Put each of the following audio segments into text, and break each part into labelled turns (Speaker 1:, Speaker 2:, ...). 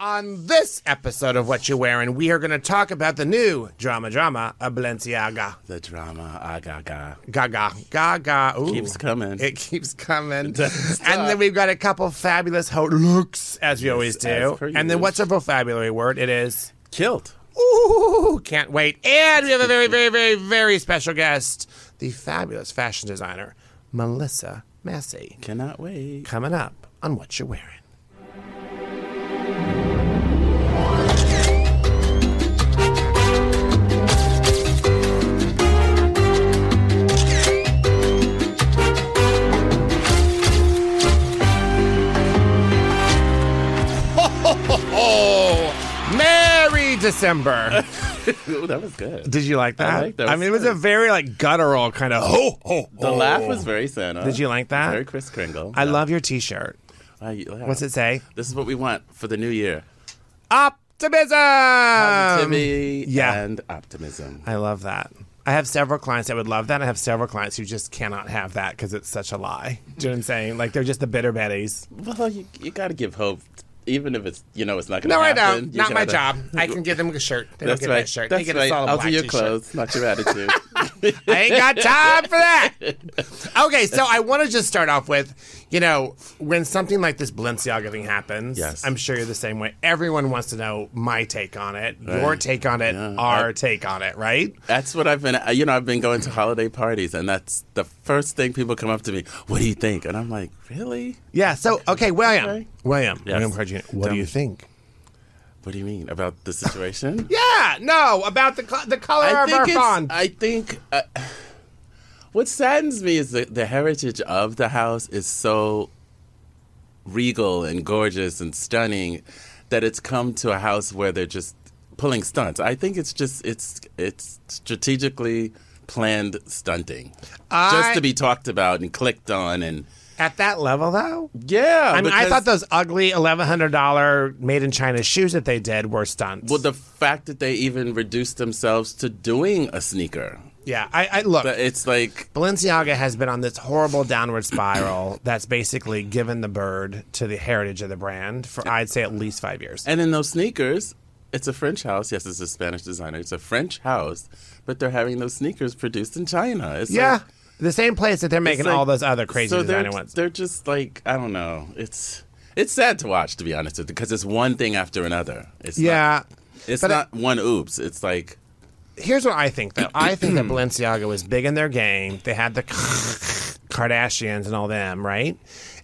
Speaker 1: On this episode of What You Wearing, we are going to talk about the new drama drama of Balenciaga.
Speaker 2: The drama, ah, gaga.
Speaker 1: Gaga. Gaga. Ooh.
Speaker 2: Keeps coming.
Speaker 1: It keeps coming.
Speaker 2: doesn't
Speaker 1: and then
Speaker 2: stop.
Speaker 1: we've got a couple fabulous ho- looks, as we always do.
Speaker 2: as per
Speaker 1: And then
Speaker 2: usual.
Speaker 1: what's our vocabulary word? It is.
Speaker 2: Killed.
Speaker 1: Ooh, can't wait. And we have a very, very, very, very special guest, the fabulous fashion designer, Melissa Massey,
Speaker 2: Cannot wait.
Speaker 1: coming up on What You're Wearing. Oh, Merry December.
Speaker 2: Ooh, that was good.
Speaker 1: Did you like that?
Speaker 2: I like that.
Speaker 1: I mean, it was a very like guttural kind of ho ho.
Speaker 2: The laugh was very Santa.
Speaker 1: Did you like that?
Speaker 2: Very Kris Kringle.
Speaker 1: I love your T-shirt.
Speaker 2: I- yeah.
Speaker 1: What's it say?
Speaker 2: This is what we want for the new year.
Speaker 1: Optimism.
Speaker 2: Positivity
Speaker 1: Um, yeah.
Speaker 2: and optimism.
Speaker 1: I love that. I have several clients that would love that. I have several clients who just cannot have that because it's such a lie. Do you know what I'm saying? Like they're just the bitter betties.
Speaker 2: Well, you, you got to give hope, even if it's you know it's not going to
Speaker 1: No, I
Speaker 2: happen.
Speaker 1: don't.
Speaker 2: you
Speaker 1: Not my job.
Speaker 2: gotta-
Speaker 1: I can give them a shirt. They
Speaker 2: That's
Speaker 1: don't get
Speaker 2: right.
Speaker 1: that shirt.
Speaker 2: That's
Speaker 1: they get a
Speaker 2: right.
Speaker 1: solid
Speaker 2: I'll
Speaker 1: black
Speaker 2: do your
Speaker 1: t-shirt.
Speaker 2: clothes, not your attitude.
Speaker 1: I ain't got time for that. Okay, so I want to just start off with, you know, when something like this Balenciaga thing happens,
Speaker 2: Yes.
Speaker 1: I'm sure you're the same way. Everyone wants to know my take on it, your
Speaker 2: Right.
Speaker 1: take on it,
Speaker 2: Yeah.
Speaker 1: our
Speaker 2: I-
Speaker 1: take on it, right?
Speaker 2: That's what I've been. You know, I've been going to holiday parties, and that's the first thing people come up to me. What do you think? And I'm like, really?
Speaker 1: Yeah. So, okay, William,
Speaker 2: Okay.
Speaker 1: William,
Speaker 2: Yes.
Speaker 1: William Cardenas, what
Speaker 2: Tell
Speaker 1: do you
Speaker 2: me.
Speaker 1: think?
Speaker 2: What do you mean about the situation?
Speaker 1: Yeah. No, about the cl- the color
Speaker 2: I
Speaker 1: of
Speaker 2: think
Speaker 1: our
Speaker 2: it's-
Speaker 1: font.
Speaker 2: I think uh, what saddens me is the, the heritage of the house is so regal and gorgeous and stunning that it's come to a house where they're just pulling stunts. I think it's just it's it's strategically planned stunting
Speaker 1: I-
Speaker 2: just to be talked about and clicked on and
Speaker 1: At that level, though.
Speaker 2: yeah
Speaker 1: I mean, I
Speaker 2: because-
Speaker 1: thought those ugly eleven hundred dollar made in China shoes that they did were stunts.
Speaker 2: well the fact that they even reduced themselves to doing a sneaker
Speaker 1: yeah, I, I look.
Speaker 2: But it's like
Speaker 1: Balenciaga has been on this horrible downward spiral that's basically given the bird to the heritage of the brand for I'd say at least five years.
Speaker 2: And in those sneakers, it's a French house. Yes, it's a Spanish designer. It's a French house, but they're having those sneakers produced in China. It's
Speaker 1: yeah,
Speaker 2: like-
Speaker 1: the same place that they're
Speaker 2: it's
Speaker 1: making
Speaker 2: like-
Speaker 1: all those other crazy
Speaker 2: so
Speaker 1: designer
Speaker 2: they're,
Speaker 1: ones.
Speaker 2: They're just like I don't know. It's it's sad to watch, to be honest with you, because it's one thing after another. It's
Speaker 1: yeah.
Speaker 2: not, it's
Speaker 1: but I-
Speaker 2: not one oops. It's like
Speaker 1: Here's what I think though. I think that Balenciaga was big in their game. They had the Kardashians and all them, right?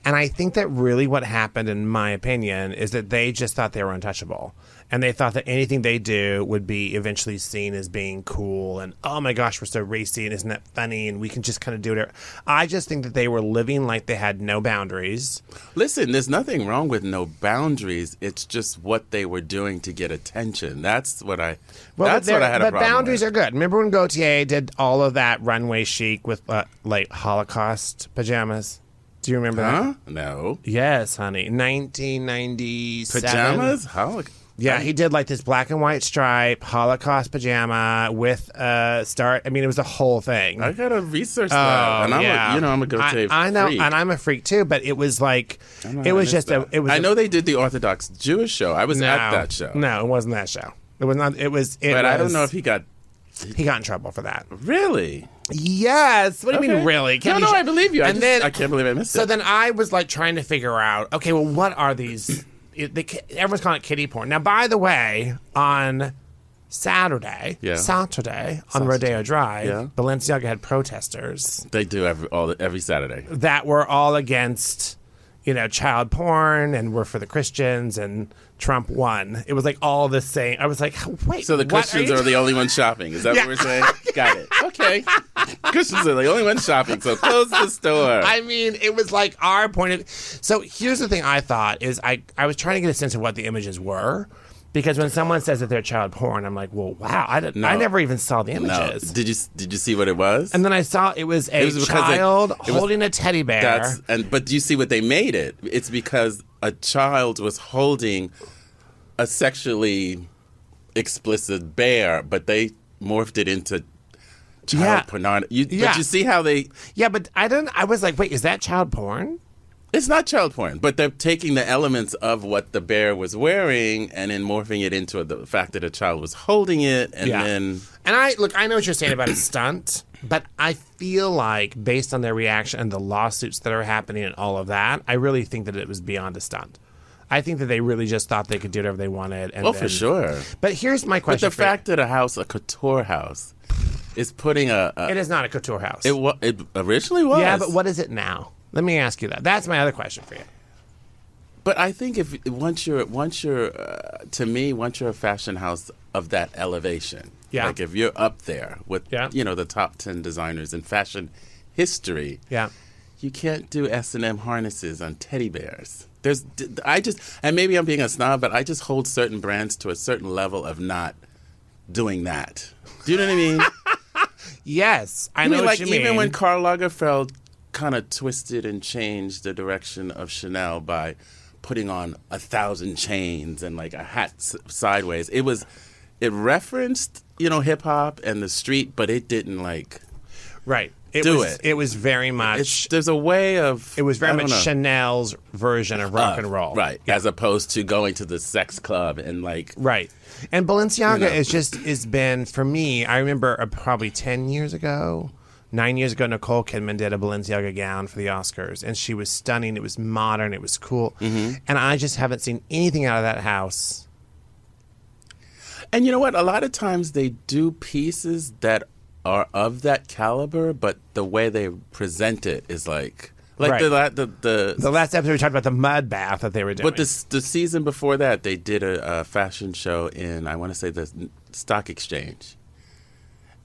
Speaker 1: And I think that really what happened, in my opinion, is that they just thought they were untouchable. And they thought that anything they do would be eventually seen as being cool and, oh my gosh, we're so racy and isn't that funny? And we can just kind of do it. I just think that they were living like they had no boundaries.
Speaker 2: Listen, there's nothing wrong with no boundaries. It's just what they were doing to get attention. That's what I.
Speaker 1: Well,
Speaker 2: that's
Speaker 1: but
Speaker 2: what
Speaker 1: they're-
Speaker 2: I had a
Speaker 1: But
Speaker 2: problem
Speaker 1: boundaries
Speaker 2: with.
Speaker 1: are good. Remember when Gautier did all of that runway chic with uh, like Holocaust pajamas? Do you remember
Speaker 2: Huh?
Speaker 1: that?
Speaker 2: No
Speaker 1: Yes, honey. 1997.
Speaker 2: pajamas. How?
Speaker 1: Yeah, he did like this black and white stripe Holocaust pajama with a star. I mean, it was a whole thing.
Speaker 2: I gotta research
Speaker 1: Oh,
Speaker 2: that, and I'm
Speaker 1: yeah.
Speaker 2: a, you know I'm a go
Speaker 1: I,
Speaker 2: to.
Speaker 1: I know, and I'm a freak too. But it was like, it was just a. It was.
Speaker 2: I
Speaker 1: a-
Speaker 2: know they did the Orthodox Jewish show. I was
Speaker 1: no,
Speaker 2: at that show,
Speaker 1: No, it wasn't that show. It was not. It was. It
Speaker 2: but I don't
Speaker 1: was-
Speaker 2: know if he got
Speaker 1: he got in trouble for that.
Speaker 2: really.
Speaker 1: Yes. What do you mean,
Speaker 2: Okay.
Speaker 1: really?
Speaker 2: No,
Speaker 1: you
Speaker 2: no,
Speaker 1: sh-
Speaker 2: I believe you. I
Speaker 1: and
Speaker 2: just-
Speaker 1: then
Speaker 2: I can't believe I missed
Speaker 1: so
Speaker 2: it.
Speaker 1: then I was like trying to figure out. Okay, well, what are these? it- they, ca- everyone's calling it kitty porn. Now, by the way, on Saturday,
Speaker 2: Yeah.
Speaker 1: Saturday on Rodeo Drive,
Speaker 2: Yeah.
Speaker 1: Balenciaga had protesters
Speaker 2: They do every all every Saturday.
Speaker 1: that were all against, you know, child porn and were for the Christians and Trump won. It was like all the same. I was like, wait.
Speaker 2: So the
Speaker 1: what
Speaker 2: Christians
Speaker 1: you
Speaker 2: are, the only ones shopping. Is that
Speaker 1: Yeah.
Speaker 2: what we're saying? got it. Okay. Christians are the only ones shopping. So close the store.
Speaker 1: I mean, it was like our point of. So here's the thing I thought is I I was trying to get a sense of what the images were. Because when someone says that they're child porn, I'm like, well, wow, I, didn't, I
Speaker 2: No.
Speaker 1: never even saw the
Speaker 2: no.
Speaker 1: images.
Speaker 2: Did you did you see what it was?
Speaker 1: and then I saw it was a
Speaker 2: was because, like,
Speaker 1: child
Speaker 2: it was-
Speaker 1: holding a teddy bear.
Speaker 2: That's and but do you see what they made it? It's because a child was holding a sexually explicit bear, but they morphed it into child
Speaker 1: Yeah.
Speaker 2: pornography. You,
Speaker 1: Yeah.
Speaker 2: But you see how they
Speaker 1: yeah, but I didn't. I was like, wait, is that child porn?
Speaker 2: It's not child porn, but they're taking the elements of what the bear was wearing and then morphing it into the fact that a child was holding it, and
Speaker 1: Yeah.
Speaker 2: then
Speaker 1: And I look, I know what you're saying about a stunt, but I feel like based on their reaction and the lawsuits that are happening and all of that, I really think that it was beyond a stunt. I think that they really just thought they could do whatever they wanted. And
Speaker 2: oh, for
Speaker 1: then-
Speaker 2: sure.
Speaker 1: But here's my
Speaker 2: But
Speaker 1: question:
Speaker 2: the
Speaker 1: for you.
Speaker 2: fact that a house, a couture house, is putting a, a
Speaker 1: it is not a couture house.
Speaker 2: it, wa- it originally was
Speaker 1: yeah, but what is it now? Let me ask you that. That's my other question for you.
Speaker 2: But I think if once you're once you're uh, to me once you're a fashion house of that elevation,
Speaker 1: Yeah.
Speaker 2: Like if you're up there with
Speaker 1: Yeah.
Speaker 2: you know the top ten designers in fashion history,
Speaker 1: Yeah.
Speaker 2: you can't do S and M harnesses on teddy bears. There's d- I just and maybe I'm being a snob, but I just hold certain brands to a certain level of not doing that. Do you know what I mean?
Speaker 1: Yes, I know
Speaker 2: mean,
Speaker 1: what
Speaker 2: like
Speaker 1: you
Speaker 2: even
Speaker 1: mean.
Speaker 2: when Karl Lagerfeld kind of twisted and changed the direction of Chanel by putting on a thousand chains and like a hat s- sideways, it was it referenced you know hip hop and the street, but it didn't like.
Speaker 1: right. It
Speaker 2: Do
Speaker 1: was,
Speaker 2: it.
Speaker 1: was very
Speaker 2: It's,
Speaker 1: much.
Speaker 2: there's a way of
Speaker 1: It was very
Speaker 2: I don't
Speaker 1: much
Speaker 2: know.
Speaker 1: Chanel's version of rock and roll.
Speaker 2: right? As opposed to going to the sex club and like
Speaker 1: Right. And Balenciaga
Speaker 2: You know.
Speaker 1: is just has been for me. I remember uh, probably ten years ago, nine years ago, Nicole Kidman did a Balenciaga gown for the Oscars, and she was stunning. It was modern. It was cool.
Speaker 2: Mm-hmm.
Speaker 1: And I just haven't seen anything out of that house.
Speaker 2: And you know what? A lot of times they do pieces that are of that caliber, but the way they present it is like, like
Speaker 1: Right.
Speaker 2: the, la- the the
Speaker 1: The last episode we talked about the mud bath that they were doing.
Speaker 2: But this the season before that, they did a, a fashion show in I want to say the stock exchange,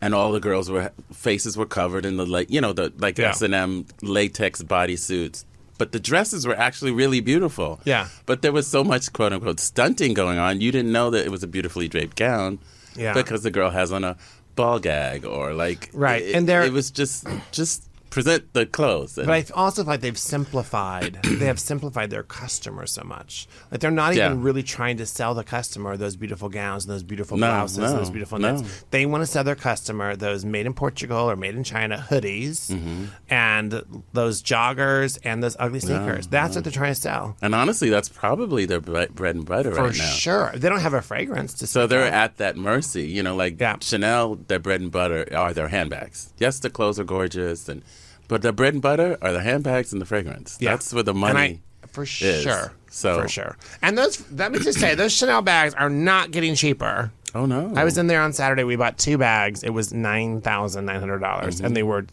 Speaker 2: and all the girls were faces were covered in the like you know the like
Speaker 1: Yeah.
Speaker 2: S and M latex bodysuits. But the dresses were actually really beautiful.
Speaker 1: Yeah.
Speaker 2: But there was so much quote unquote stunting going on. You didn't know that it was a beautifully draped gown.
Speaker 1: Yeah.
Speaker 2: Because the girl has on a ball gag or like
Speaker 1: Right,
Speaker 2: It,
Speaker 1: and there-
Speaker 2: it was just just present the clothes. And,
Speaker 1: But I also feel like they've simplified. they have simplified their customer so much. Like they're not even
Speaker 2: Yeah.
Speaker 1: really trying to sell the customer those beautiful gowns and those beautiful
Speaker 2: No,
Speaker 1: blouses and
Speaker 2: no,
Speaker 1: those beautiful
Speaker 2: no.
Speaker 1: knits. They want to sell their customer those made in Portugal or made in China hoodies
Speaker 2: Mm-hmm.
Speaker 1: and those joggers and those ugly sneakers. That's what they're trying to sell.
Speaker 2: and honestly, that's probably their bre- bread and butter
Speaker 1: For
Speaker 2: right now.
Speaker 1: sure. They don't have a fragrance to
Speaker 2: So
Speaker 1: sell.
Speaker 2: they're at that mercy, you know, like
Speaker 1: Yeah.
Speaker 2: Chanel, their bread and butter are their handbags. Yes, the clothes are gorgeous and but their bread and butter are the handbags and the fragrance.
Speaker 1: Yeah.
Speaker 2: That's where the
Speaker 1: And
Speaker 2: money
Speaker 1: I, for
Speaker 2: is.
Speaker 1: sure.
Speaker 2: So-
Speaker 1: for sure. And those let me just say, those Chanel bags are not getting cheaper.
Speaker 2: Oh no.
Speaker 1: I was in there on Saturday. We bought two bags. It was nine thousand nine hundred dollars, and
Speaker 2: Mm-hmm.
Speaker 1: they were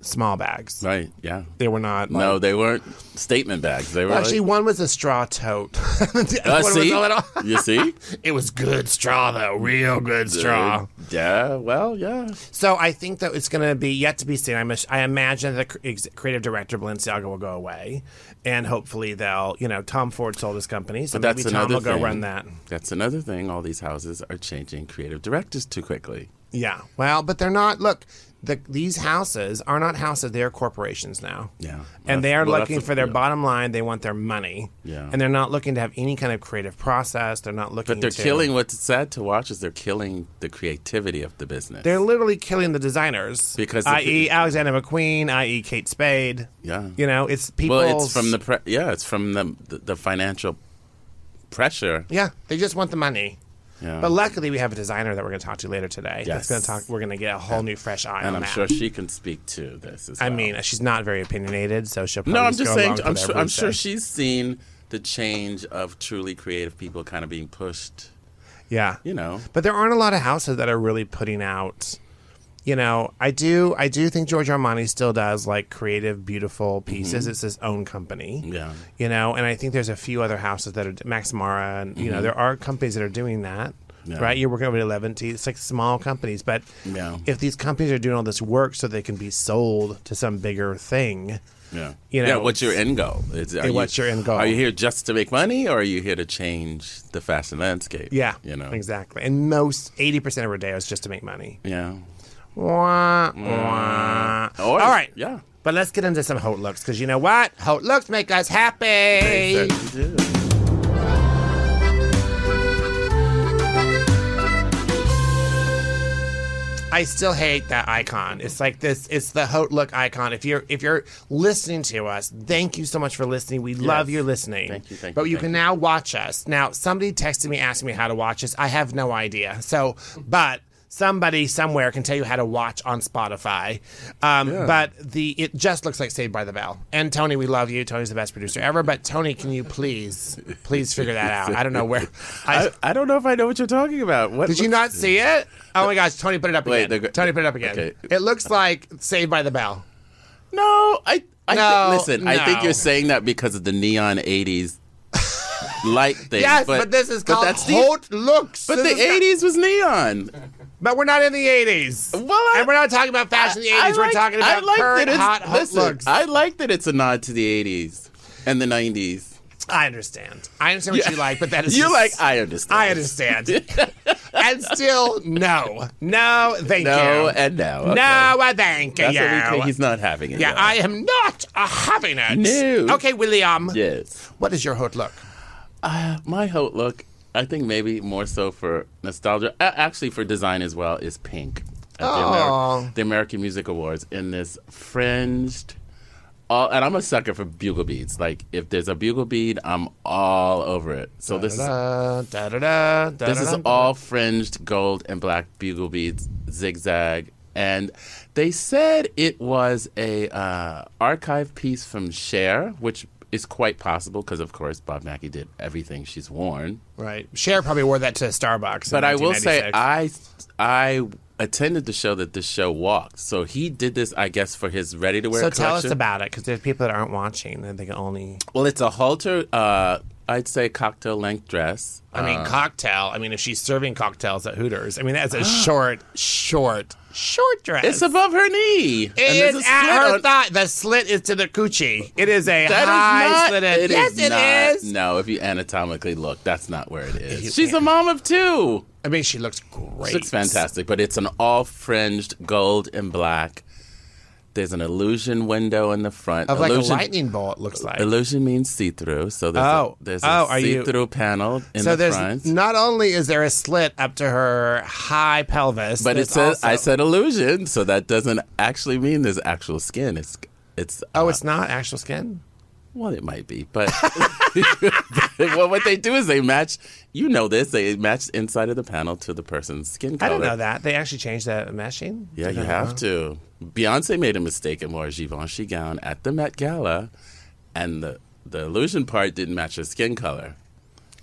Speaker 1: small bags.
Speaker 2: Right, yeah.
Speaker 1: They were not. Like,
Speaker 2: No, they weren't statement bags. They were
Speaker 1: actually,
Speaker 2: like,
Speaker 1: one was a straw tote. the
Speaker 2: Uh,
Speaker 1: other one was
Speaker 2: see?
Speaker 1: a little.
Speaker 2: you see?
Speaker 1: It was good straw though, real good straw.
Speaker 2: Yeah, well, yeah.
Speaker 1: So I think that it's going to be yet to be seen. I, mis- I imagine the cr- ex- creative director Balenciaga will go away, and hopefully they'll, you know, Tom Ford sold his company, so
Speaker 2: That's
Speaker 1: maybe Tom
Speaker 2: another
Speaker 1: will go
Speaker 2: thing.
Speaker 1: run that.
Speaker 2: That's another thing. All these houses are changing creative directors too quickly.
Speaker 1: Yeah. Well, but they're not. Look, the, these houses are not houses; they are corporations now.
Speaker 2: Yeah.
Speaker 1: And they
Speaker 2: That's-
Speaker 1: are
Speaker 2: well, that's
Speaker 1: looking
Speaker 2: the-
Speaker 1: for their
Speaker 2: yeah.
Speaker 1: bottom line. They want their money.
Speaker 2: Yeah.
Speaker 1: And they're not looking to have any kind of creative process. They're not looking.
Speaker 2: But they're
Speaker 1: to-
Speaker 2: killing what's sad to watch is they're killing the creativity of the business.
Speaker 1: They're literally killing the designers.
Speaker 2: Because if
Speaker 1: i.e.
Speaker 2: it-
Speaker 1: Alexander McQueen, i.e. Kate Spade.
Speaker 2: Yeah.
Speaker 1: You know, it's people.
Speaker 2: Well, it's from the pre- yeah, it's from the the, the financial pressure.
Speaker 1: Yeah, they just want the money.
Speaker 2: Yeah.
Speaker 1: But luckily, we have a designer that we're going to talk to later today. That's
Speaker 2: Yes.
Speaker 1: going to talk. We're going to get a whole new fresh eye on
Speaker 2: and I'm
Speaker 1: that.
Speaker 2: sure she can speak to this. As
Speaker 1: I
Speaker 2: well.
Speaker 1: mean, she's not very opinionated, so she'll. Probably
Speaker 2: no, I'm
Speaker 1: just
Speaker 2: just
Speaker 1: go
Speaker 2: saying.
Speaker 1: along with
Speaker 2: I'm sure,
Speaker 1: whatever
Speaker 2: I'm
Speaker 1: we
Speaker 2: sure
Speaker 1: say.
Speaker 2: she's seen the change of truly creative people kind of being pushed.
Speaker 1: Yeah.
Speaker 2: You know,
Speaker 1: But there aren't a lot of houses that are really putting out. You know, I do. I do think George Armani still does like creative, beautiful pieces. It's his own company.
Speaker 2: Mm-hmm. Yeah.
Speaker 1: You know, and I think there's a few other houses that are Max Mara, and you know, there are companies that are doing that.
Speaker 2: Mm-hmm. Yeah.
Speaker 1: Right, you're working with Eleven T. It's like small companies, but
Speaker 2: Yeah.
Speaker 1: if these companies are doing all this work so they can be sold to some bigger thing,
Speaker 2: yeah,
Speaker 1: You
Speaker 2: yeah.
Speaker 1: know,
Speaker 2: What's your end goal? Is, are
Speaker 1: Yeah, what's your end goal?
Speaker 2: Are you here just to make money, or are you here to change the fashion landscape?
Speaker 1: yeah,
Speaker 2: you know,
Speaker 1: exactly. And most eighty percent of Rodeo is just to make money.
Speaker 2: yeah.
Speaker 1: Wah, wah.
Speaker 2: Mm. Or-
Speaker 1: All right.
Speaker 2: yeah.
Speaker 1: But let's get into some hot looks because you know what? Hot looks make us happy.
Speaker 2: Exactly.
Speaker 1: I still hate that icon. It's like this. It's the Hote look icon. If you're if you're listening to us, thank you so much for listening. We love your listening.
Speaker 2: Thank you, thank
Speaker 1: but
Speaker 2: you,
Speaker 1: you
Speaker 2: thank
Speaker 1: can
Speaker 2: you.
Speaker 1: now watch us. Now somebody texted me asking me how to watch this. I have no idea. So, but. Somebody somewhere can tell you how to watch on Spotify, um, but the it just looks like Saved by the Bell. And Tony, we love you. Tony's the best producer ever. But Tony, can you please, please figure that out? I don't know where. I,
Speaker 2: I, I don't know if I know what you're talking about. What
Speaker 1: did you
Speaker 2: looks-
Speaker 1: not see it? Oh my gosh, Tony put it up
Speaker 2: Wait,
Speaker 1: again.
Speaker 2: the gr-
Speaker 1: Tony put it up again.
Speaker 2: okay.
Speaker 1: It looks like Saved by the Bell.
Speaker 2: No, I. I
Speaker 1: No,
Speaker 2: thi- listen, I think
Speaker 1: no.
Speaker 2: you're saying that because of the neon '80s light thing.
Speaker 1: Yes, but, this is
Speaker 2: but
Speaker 1: called
Speaker 2: that's the-
Speaker 1: Haute Looks.
Speaker 2: But
Speaker 1: This
Speaker 2: the
Speaker 1: is not-
Speaker 2: '80s was neon.
Speaker 1: But we're not in the 80s.
Speaker 2: Well, I-
Speaker 1: and we're not talking about fashion in the 80s.
Speaker 2: I
Speaker 1: we're
Speaker 2: like-
Speaker 1: talking
Speaker 2: I
Speaker 1: about
Speaker 2: like that
Speaker 1: current
Speaker 2: it's-
Speaker 1: hot Haute
Speaker 2: listen,
Speaker 1: Looks. I,
Speaker 2: I like that it's a nod to the '80s and the '90s.
Speaker 1: understand. I understand what you like, but that is
Speaker 2: You're like
Speaker 1: just-
Speaker 2: I understand.
Speaker 1: I understand. and still, no. No, thank
Speaker 2: No,
Speaker 1: you.
Speaker 2: and no. Okay.
Speaker 1: No, I thank
Speaker 2: That's
Speaker 1: you.
Speaker 2: what we think. He's not having it.
Speaker 1: yeah,
Speaker 2: though.
Speaker 1: I am not a having it.
Speaker 2: No.
Speaker 1: Okay, William.
Speaker 2: Yes.
Speaker 1: What is your Haute Look?
Speaker 2: Uh, my hope look, I think maybe more so for nostalgia, uh, actually for design as well, is pink at the,
Speaker 1: Oh.
Speaker 2: the American Music Awards in this fringed. All, and I'm a sucker for bugle beads. Like if there's a bugle bead, I'm all over it. So this is
Speaker 1: Da, da, da, da,
Speaker 2: this
Speaker 1: da,
Speaker 2: is
Speaker 1: da, da.
Speaker 2: all fringed gold and black bugle beads, zigzag. And they said it was a uh, archive piece from Cher, which is quite possible because, of course, Bob Mackie did everything she's worn.
Speaker 1: right. Cher probably wore that to Starbucks.
Speaker 2: But I will say, I I attended the show that this show walked. So he did this, I guess, for his ready to wear.
Speaker 1: so tell us about it because there's people that aren't watching and they can only.
Speaker 2: Well, it's a halter. Uh, I'd say cocktail length dress.
Speaker 1: I mean, cocktail. I mean, if she's serving cocktails at Hooters, I mean that's a short, short, short dress.
Speaker 2: It's above her knee. and
Speaker 1: It
Speaker 2: there's
Speaker 1: is
Speaker 2: a slit
Speaker 1: at her
Speaker 2: on-
Speaker 1: thigh. The slit is to the coochie. It is a
Speaker 2: That is
Speaker 1: high
Speaker 2: not.
Speaker 1: slitted.
Speaker 2: it
Speaker 1: yes,
Speaker 2: is
Speaker 1: it
Speaker 2: not-
Speaker 1: is.
Speaker 2: No, if you anatomically look, that's not where it is.
Speaker 1: you
Speaker 2: She's a mom of two.
Speaker 1: I mean, she looks great.
Speaker 2: She looks fantastic, but it's an all fringed gold and black. There's an illusion window in the front.
Speaker 1: Of like a
Speaker 2: illusion,
Speaker 1: lightning bolt, it looks like.
Speaker 2: Illusion means see through. So there's
Speaker 1: Oh.
Speaker 2: a, there's
Speaker 1: Oh,
Speaker 2: a
Speaker 1: are you-
Speaker 2: see through panel in
Speaker 1: So
Speaker 2: the
Speaker 1: there's
Speaker 2: front.
Speaker 1: not only is there a slit up to her high pelvis,
Speaker 2: but it
Speaker 1: there's
Speaker 2: says I
Speaker 1: also-
Speaker 2: said illusion, so that doesn't actually mean there's actual skin. It's it's
Speaker 1: oh, it's not actual skin.
Speaker 2: Well, it might be, but well, what they do is they match. You know this. They match the inside of the panel to the person's skin
Speaker 1: I
Speaker 2: color.
Speaker 1: didn't know that. Uh-huh. They actually changed that meshing?
Speaker 2: Yeah,
Speaker 1: Did
Speaker 2: you
Speaker 1: I
Speaker 2: have
Speaker 1: not?
Speaker 2: to. Beyonce made a mistake and wore a Givenchy gown at the Met Gala, and the the illusion part didn't match her skin color,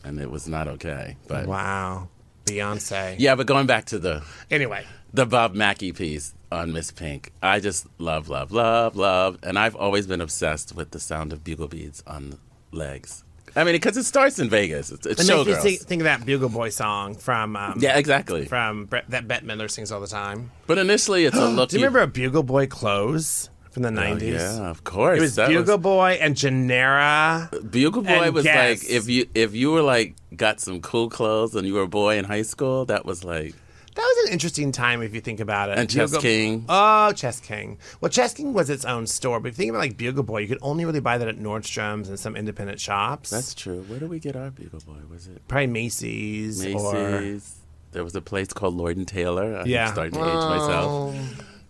Speaker 2: and it was not okay. But
Speaker 1: Wow. Beyonce.
Speaker 2: yeah, but going back to the
Speaker 1: Anyway,
Speaker 2: the Bob Mackie piece on Miss Pink, I just love, love, love, love, and I've always been obsessed with the sound of bugle beads on legs. I mean, because it starts in Vegas. It's, it's
Speaker 1: it makes me
Speaker 2: showgirls.
Speaker 1: think, think of that Bugle Boy song from um,
Speaker 2: Yeah, exactly.
Speaker 1: from Bre- that Bette Midler sings all the time.
Speaker 2: But initially, it's a look.
Speaker 1: Do you remember a Bugle Boy clothes from the
Speaker 2: Oh,
Speaker 1: nineties?
Speaker 2: yeah, of course.
Speaker 1: It was
Speaker 2: That
Speaker 1: Bugle Boy and Janera.
Speaker 2: Bugle Boy
Speaker 1: and
Speaker 2: was
Speaker 1: Guess.
Speaker 2: like if you if you were like got some cool clothes and you were a boy in high school, that was like
Speaker 1: That was an interesting time if you think about it.
Speaker 2: And Chess
Speaker 1: Bugle-
Speaker 2: King.
Speaker 1: Oh, Chess King. Well, Chess King was its own store, but if you think about like Bugle Boy, you could only really buy that at Nordstrom's and some independent shops.
Speaker 2: that's true. Where did we get our Bugle Boy? Was it
Speaker 1: probably Macy's, or
Speaker 2: Macy's? There was a place called Lord and Taylor. I'm
Speaker 1: Yeah.
Speaker 2: starting to age myself.
Speaker 1: Oh.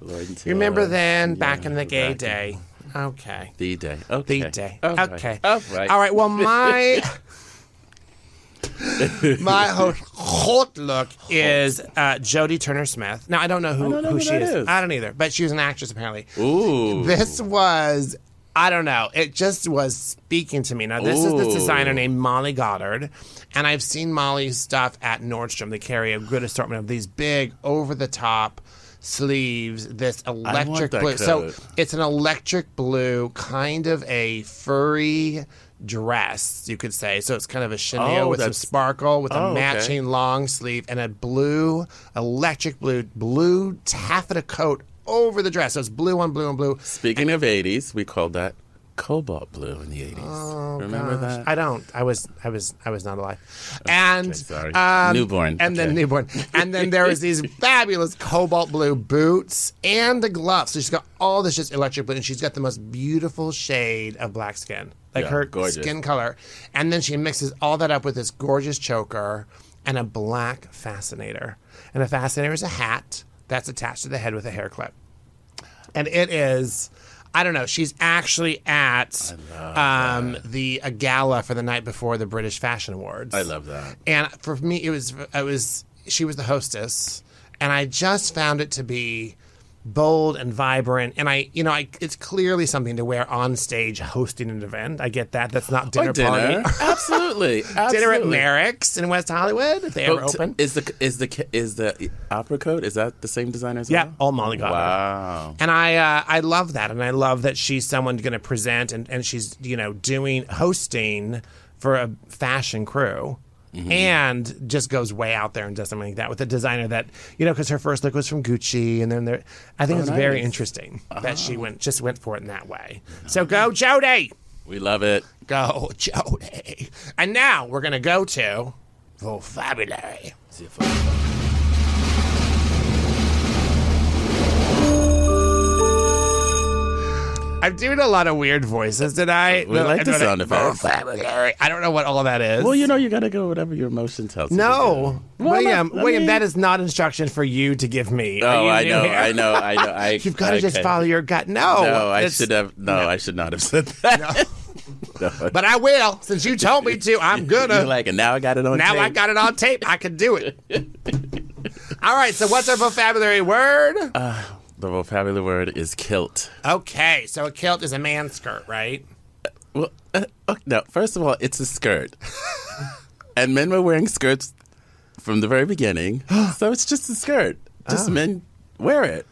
Speaker 2: Lord and Taylor.
Speaker 1: Remember then, back in the gay
Speaker 2: back in-
Speaker 1: day. Okay.
Speaker 2: The day. Okay.
Speaker 1: The day.
Speaker 2: All right.
Speaker 1: Okay.
Speaker 2: All right.
Speaker 1: All right. Well, my my hot, hot look is uh, Jodie Turner Smith. Now I don't know who,
Speaker 2: don't know
Speaker 1: who
Speaker 2: who
Speaker 1: she
Speaker 2: that
Speaker 1: is.
Speaker 2: is.
Speaker 1: I don't either. But she was an actress apparently.
Speaker 2: Ooh.
Speaker 1: This was I don't know. It just was speaking to me. Now this is this
Speaker 2: Ooh.
Speaker 1: designer named Molly Goddard, and I've seen Molly's stuff at Nordstrom. They carry a good assortment of these big over the top sleeves. This electric
Speaker 2: that
Speaker 1: blue. So
Speaker 2: coat.
Speaker 1: it's an electric blue, kind of a furry dress, you could say. So it's kind of a chenille
Speaker 2: Oh,
Speaker 1: with some
Speaker 2: that's-
Speaker 1: sparkle with
Speaker 2: Oh,
Speaker 1: a
Speaker 2: okay.
Speaker 1: matching long sleeve and a blue, electric blue, blue taffeta coat over the dress. So it's blue on blue on blue.
Speaker 2: Speaking of 80s, we called that cobalt blue in the 80s. Remember
Speaker 1: Gosh,
Speaker 2: that?
Speaker 1: I don't. I was. I was. I was not alive. And
Speaker 2: sorry.
Speaker 1: um,
Speaker 2: Newborn,
Speaker 1: And then
Speaker 2: okay.
Speaker 1: newborn. And then there was these fabulous cobalt blue boots and the gloves. So she's got all this just electric blue, and she's got the most beautiful shade of black skin, like
Speaker 2: Yeah,
Speaker 1: her
Speaker 2: gorgeous.
Speaker 1: skin color. And then she mixes all that up with this gorgeous choker and a black fascinator. And a fascinator is a hat. that's attached to the head with a hair clip. And it is, I don't know, she's actually at um, the a gala for the night before the British Fashion Awards.
Speaker 2: I love that.
Speaker 1: And for me, it was it was she was the hostess, and I just found it to be bold and vibrant. And I, you know, I it's clearly something to wear on stage hosting an event. I get that. That's not dinner,
Speaker 2: Or dinner.
Speaker 1: party.
Speaker 2: Absolutely.
Speaker 1: Dinner at
Speaker 2: absolutely.
Speaker 1: Merrick's in West Hollywood if they
Speaker 2: Oh,
Speaker 1: ever
Speaker 2: t-
Speaker 1: open.
Speaker 2: Is the is the is the opera coat? Is that the same designer as
Speaker 1: yeah,
Speaker 2: well?
Speaker 1: all Molly Goddard.
Speaker 2: Wow.
Speaker 1: And I uh, I love that, and I love that she's someone going to present, and, and she's you know doing hosting for a fashion crew,
Speaker 2: Mm-hmm.
Speaker 1: and just goes way out there and does something like that with a designer that you know because her first look was from Gucci, and then there I think it's very
Speaker 2: Oh, nice. Ah.
Speaker 1: interesting that she went just went for it in that way. So go Jody,
Speaker 2: We love it.
Speaker 1: go Jody, and now we're gonna go to vocabulary. I'm doing a lot of weird voices tonight.
Speaker 2: We like the
Speaker 1: I don't-
Speaker 2: sound effects.
Speaker 1: Vocabulary. I don't know what all that is.
Speaker 2: Well, you know, you gotta go whatever your emotion tells you. to do.
Speaker 1: No,
Speaker 2: Well,
Speaker 1: William,
Speaker 2: I mean-
Speaker 1: William, that is not instruction for you to give me. Are
Speaker 2: Oh,
Speaker 1: you
Speaker 2: I
Speaker 1: new
Speaker 2: know,
Speaker 1: here?
Speaker 2: I know, I know. I,
Speaker 1: You've got to
Speaker 2: I
Speaker 1: just
Speaker 2: can-
Speaker 1: follow your gut. No,
Speaker 2: No, I
Speaker 1: it's-
Speaker 2: should have. No, I should not have said that. No.
Speaker 1: But I will, since you told me to. I'm
Speaker 2: You're
Speaker 1: gonna.
Speaker 2: like, and now I got it on.
Speaker 1: now I
Speaker 2: tape.
Speaker 1: got it on tape. I can do it. All right. So, what's our vocabulary word? Uh,
Speaker 2: the vocabulary word is kilt.
Speaker 1: okay. So, a kilt is a man's skirt, right?
Speaker 2: Well, uh, okay, no. First of all, it's a skirt, and men were wearing skirts from the very beginning, so it's just a skirt. Just
Speaker 1: Oh.
Speaker 2: men wear it.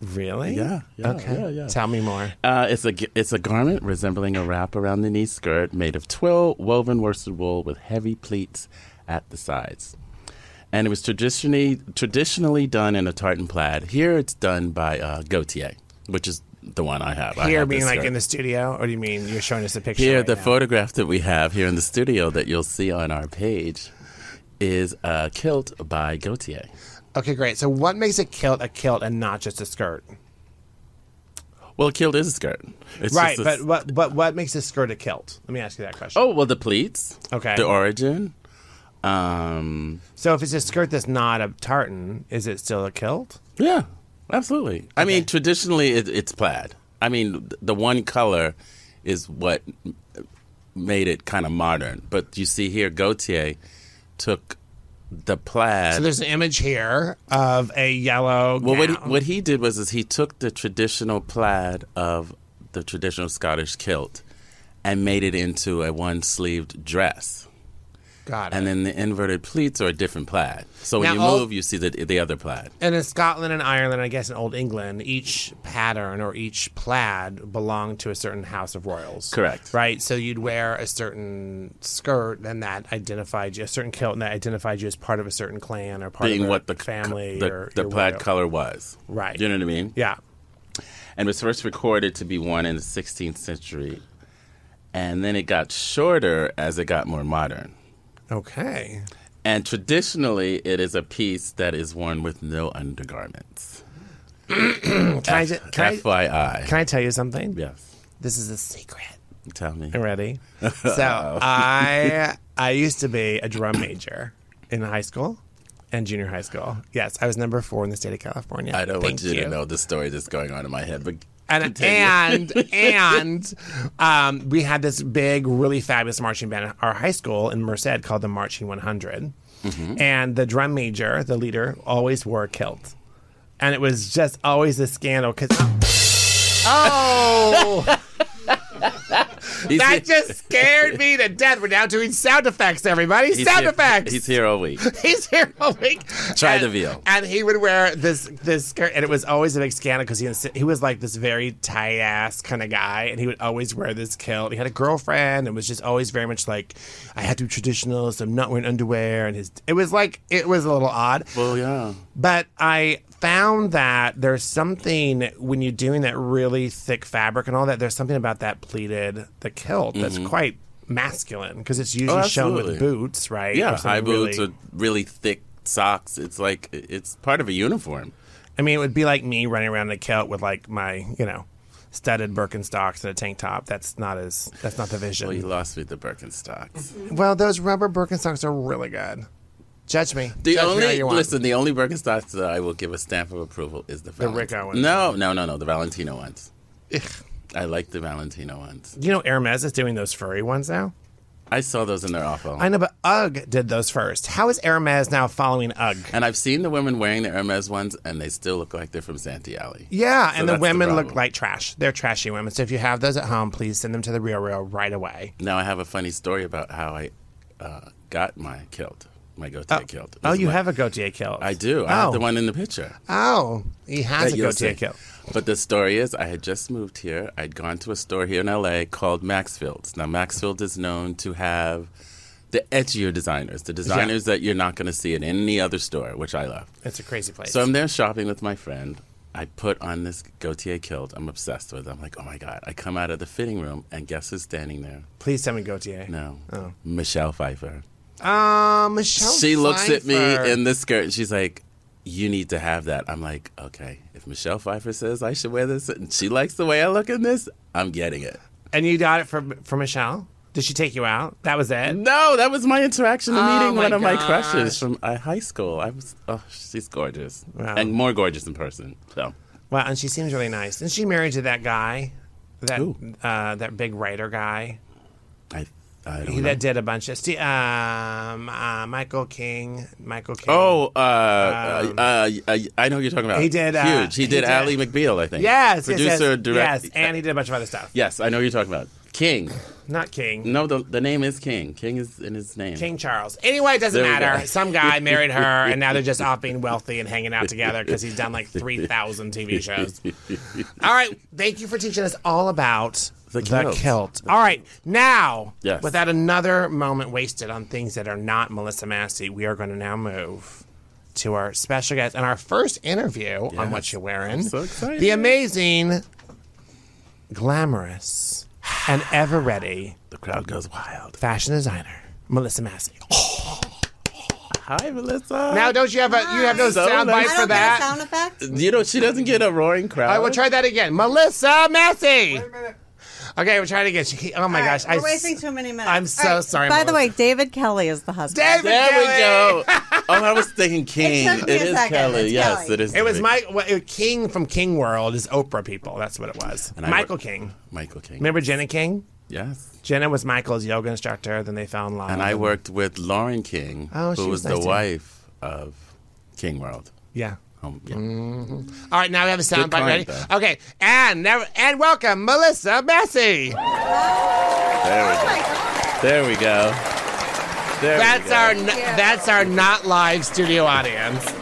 Speaker 1: Really?
Speaker 2: Yeah. yeah
Speaker 1: Okay.
Speaker 2: Yeah. Yeah.
Speaker 1: Tell me more.
Speaker 2: Uh, it's a g- it's a garment resembling a wrap around the knee skirt made of twill woven worsted wool with heavy pleats at the sides, and it was traditionally traditionally done in a tartan plaid. Here it's done by uh, Gautier, which is the one I have. I
Speaker 1: Here,
Speaker 2: have
Speaker 1: being
Speaker 2: this
Speaker 1: like
Speaker 2: skirt.
Speaker 1: in the studio, or do you mean you're showing us a picture?
Speaker 2: Here,
Speaker 1: right
Speaker 2: the
Speaker 1: now?
Speaker 2: photograph that we have here in the studio that you'll see on our page is a kilt by Gautier.
Speaker 1: Okay, great. So, what makes a kilt a kilt and not just a skirt?
Speaker 2: Well, kilt is a skirt. It's
Speaker 1: right,
Speaker 2: just a
Speaker 1: but what, but what makes a skirt a kilt? Let me ask you that question.
Speaker 2: oh well, the pleats.
Speaker 1: Okay.
Speaker 2: The origin. Um.
Speaker 1: So, if it's a skirt that's not a tartan, is it still a kilt?
Speaker 2: Yeah. Absolutely. I mean, traditionally it, it's plaid. I mean, th- the one color is what m- made it kind of modern. But you see here, Gautier took the plaid.
Speaker 1: So, there's an image here of a yellow.
Speaker 2: Well, what he,
Speaker 1: gown.
Speaker 2: what he did was is he took the traditional plaid of the traditional Scottish kilt and made it into a one-sleeved dress,
Speaker 1: Got it.
Speaker 2: and then the inverted pleats are a different plaid. So when
Speaker 1: Now,
Speaker 2: you
Speaker 1: all-
Speaker 2: move, you see the the other plaid.
Speaker 1: and in Scotland and Ireland, I guess in Old England, each pattern or each plaid belonged to a certain house of royals.
Speaker 2: Correct.
Speaker 1: Right? So you'd wear a certain skirt, and that identified you, a certain kilt, and that identified you as part of a certain clan or part
Speaker 2: Being
Speaker 1: of a
Speaker 2: what the c-
Speaker 1: family
Speaker 2: the,
Speaker 1: or
Speaker 2: the
Speaker 1: your
Speaker 2: plaid
Speaker 1: royal-
Speaker 2: color was,
Speaker 1: Right.
Speaker 2: You know what I mean?
Speaker 1: Yeah.
Speaker 2: And was first recorded to be worn in the 16th century, and then it got shorter as it got more modern.
Speaker 1: Okay.
Speaker 2: And traditionally, it is a piece that is worn with no undergarments.
Speaker 1: Can I, ju- can, I,
Speaker 2: FYI.
Speaker 1: can I tell you something?
Speaker 2: Yes.
Speaker 1: This is a secret.
Speaker 2: Tell me.
Speaker 1: Ready? So
Speaker 2: Oh.
Speaker 1: I I used to be a drum major in high school and junior high school. Yes, I was number four in the state of California.
Speaker 2: I don't
Speaker 1: Thank
Speaker 2: want you, to know the story that's going on in my head, but
Speaker 1: And
Speaker 2: continue.
Speaker 1: and and um, we had this big, really fabulous marching band at our high school in Merced called the Marching 100.
Speaker 2: Mm-hmm.
Speaker 1: And the drum major, the leader, always wore a kilt, and it was just always a scandal because. Oh,
Speaker 2: He's
Speaker 1: that
Speaker 2: here-
Speaker 1: just scared me to death. We're now doing sound effects, everybody.
Speaker 2: he's
Speaker 1: sound
Speaker 2: here-
Speaker 1: effects.
Speaker 2: He's here all week.
Speaker 1: He's here all week.
Speaker 2: Try
Speaker 1: And-
Speaker 2: the veal.
Speaker 1: And he would wear this this skirt, and it was always a big scandal because he insi- he was like this very tight ass kind of guy, and he would always wear this kilt. He had a girlfriend, and was just always very much like, I had to be traditional, so I'm not wearing underwear. And his it was like it was a little odd.
Speaker 2: Well, yeah.
Speaker 1: But I found that there's something when you're doing that really thick fabric and all that, there's something about that pleated, the kilt that's quite masculine because it's usually shown with
Speaker 2: Mm-hmm. Oh, absolutely.
Speaker 1: boots, right? Or
Speaker 2: Yeah,
Speaker 1: something
Speaker 2: high boots
Speaker 1: really-
Speaker 2: or really thick socks. It's like it's part of a uniform.
Speaker 1: I mean, it would be like me running around in a kilt with like my, you know, studded Birkenstocks and a tank top. That's not as, that's not the
Speaker 2: Well, you
Speaker 1: vision.
Speaker 2: lost me at the Birkenstocks.
Speaker 1: Well, those rubber Birkenstocks are really good. Judge me.
Speaker 2: The
Speaker 1: Judge me all
Speaker 2: only
Speaker 1: you want.
Speaker 2: listen, the only Birkenstocks that I will give a stamp of approval is the Valentino.
Speaker 1: Rick Owens.
Speaker 2: No, no, no, no, the Valentino ones. I like the Valentino ones.
Speaker 1: You know, Hermes is doing those furry ones now.
Speaker 2: I saw those and they're awful.
Speaker 1: I know, but UGG did those first. How is Hermes now following UGG?
Speaker 2: and I've seen the women wearing the Hermes ones, and they still look like they're from Santee Alley.
Speaker 1: Yeah, and the
Speaker 2: that's the
Speaker 1: women look
Speaker 2: problem.
Speaker 1: like trash. They're trashy women. So if you have those at home, please send them to the Real Real right away.
Speaker 2: Now I have a funny story about how I uh, got my kilt, my goatee kilt.
Speaker 1: Oh,
Speaker 2: It
Speaker 1: you
Speaker 2: was my-
Speaker 1: have a goatee kilt.
Speaker 2: I do. I
Speaker 1: Oh.
Speaker 2: have the one in the picture.
Speaker 1: Oh, he has
Speaker 2: that
Speaker 1: a
Speaker 2: you'll
Speaker 1: goatee
Speaker 2: see.
Speaker 1: kilt.
Speaker 2: But the story is, I had just moved here. I'd gone to a store here in LA called Maxfield's. Now, Maxfield is known to have the edgier designers, the designers that you're not going to see in any other store, which I love.
Speaker 1: It's a crazy place.
Speaker 2: So I'm there shopping with my friend. I put on this Gautier kilt. I'm obsessed with it. I'm like, oh my God. I come out of the fitting room, and guess who's standing there?
Speaker 1: please send me goatee.
Speaker 2: No.
Speaker 1: Oh.
Speaker 2: Michelle Pfeiffer.
Speaker 1: Um, Michelle.
Speaker 2: she looks at
Speaker 1: Pfeiffer.
Speaker 2: me in this skirt and she's like, You need to have that. I'm like, Okay, if Michelle Pfeiffer says I should wear this and she likes the way I look in this, I'm getting it.
Speaker 1: and you got it for for Michelle. Did she take you out? That was it.
Speaker 2: No, that was my interaction in
Speaker 1: Oh
Speaker 2: meeting
Speaker 1: my
Speaker 2: one of my
Speaker 1: gosh.
Speaker 2: crushes from uh, high school. I was, oh, she's gorgeous.
Speaker 1: Wow.
Speaker 2: And more gorgeous in person. So.
Speaker 1: Well, and she seems really nice. And she married to that guy, that
Speaker 2: Who?
Speaker 1: uh, that big writer guy
Speaker 2: I, I don't
Speaker 1: he,
Speaker 2: know.
Speaker 1: that did a bunch of Ste um, uh, Michael King. Michael King.
Speaker 2: Oh, uh, uh, uh, I, I know who you're talking about.
Speaker 1: He did, uh,
Speaker 2: Huge.
Speaker 1: he
Speaker 2: he did
Speaker 1: did-
Speaker 2: Ally McBeal, I think.
Speaker 1: yes, yes,
Speaker 2: Producer,
Speaker 1: yes,
Speaker 2: direct.
Speaker 1: yes, and he did a bunch of other stuff.
Speaker 2: Yes, I know who you're talking about. King.
Speaker 1: Not King.
Speaker 2: No, the, the name is King. King is in his name.
Speaker 1: King Charles. Anyway, it doesn't
Speaker 2: There we go.
Speaker 1: matter. Some guy married her, and now they're just off being wealthy and hanging out together because he's done like 3,000 TV shows. All right. Thank you for teaching us all about the
Speaker 2: The
Speaker 1: kilt.
Speaker 2: kilt.
Speaker 1: All right. Now,
Speaker 2: Yes.
Speaker 1: without another moment wasted on things that are not Melissa Massey, we are going to now move to our special guest and our first interview on What You're Wearing.
Speaker 2: so excited.
Speaker 1: The amazing, glamorous, and ever ready
Speaker 2: The crowd goes wild.
Speaker 1: fashion designer, Melissa Massey.
Speaker 2: Hi, Melissa.
Speaker 1: Now, don't you have a you have no
Speaker 2: So
Speaker 1: sound
Speaker 2: nice.
Speaker 1: bite
Speaker 2: I
Speaker 1: for
Speaker 3: don't get a
Speaker 1: that?
Speaker 3: sound effect.
Speaker 2: you know she doesn't get a roaring crowd.
Speaker 1: I will try that again. Melissa Massey.
Speaker 3: minute.
Speaker 1: Okay, we're trying to get you. Oh my gosh,
Speaker 3: All right,
Speaker 1: I
Speaker 3: we're wasting too many minutes.
Speaker 1: I'm
Speaker 3: All
Speaker 1: so sorry,
Speaker 3: By the way,
Speaker 1: Melissa.
Speaker 3: David Kelly is the husband.
Speaker 1: David
Speaker 2: There we
Speaker 1: Kelly.
Speaker 2: go. Oh, I was thinking King.
Speaker 3: It took me
Speaker 2: it
Speaker 3: a
Speaker 2: is
Speaker 3: second.
Speaker 2: Kelly.
Speaker 3: It's
Speaker 2: yes,
Speaker 3: Kelly.
Speaker 2: it is.
Speaker 1: It was
Speaker 2: David.
Speaker 1: Mike well, it- King from King World is Oprah people. That's what it was.
Speaker 2: I
Speaker 1: Michael
Speaker 2: work-
Speaker 1: King.
Speaker 2: Michael King.
Speaker 1: Remember Jenna King?
Speaker 2: Yes.
Speaker 1: Jenna was Michael's yoga instructor. Then they fell in love.
Speaker 2: And I worked with Lauren King,
Speaker 1: Oh, she
Speaker 2: who
Speaker 1: was
Speaker 2: was,
Speaker 1: nice,
Speaker 2: the
Speaker 1: too.
Speaker 2: wife of King World.
Speaker 1: Yeah.
Speaker 2: Um, yeah.
Speaker 1: Mm. All right, now we have a sound
Speaker 2: Good
Speaker 1: bite ready.
Speaker 2: point, though.
Speaker 1: Okay, and never, and welcome Melissa Massey.
Speaker 2: There we
Speaker 3: Oh
Speaker 2: go.
Speaker 3: my God.
Speaker 2: There we go. There we
Speaker 1: That's
Speaker 2: go.
Speaker 1: our n-
Speaker 3: you.
Speaker 1: that's our not live studio audience.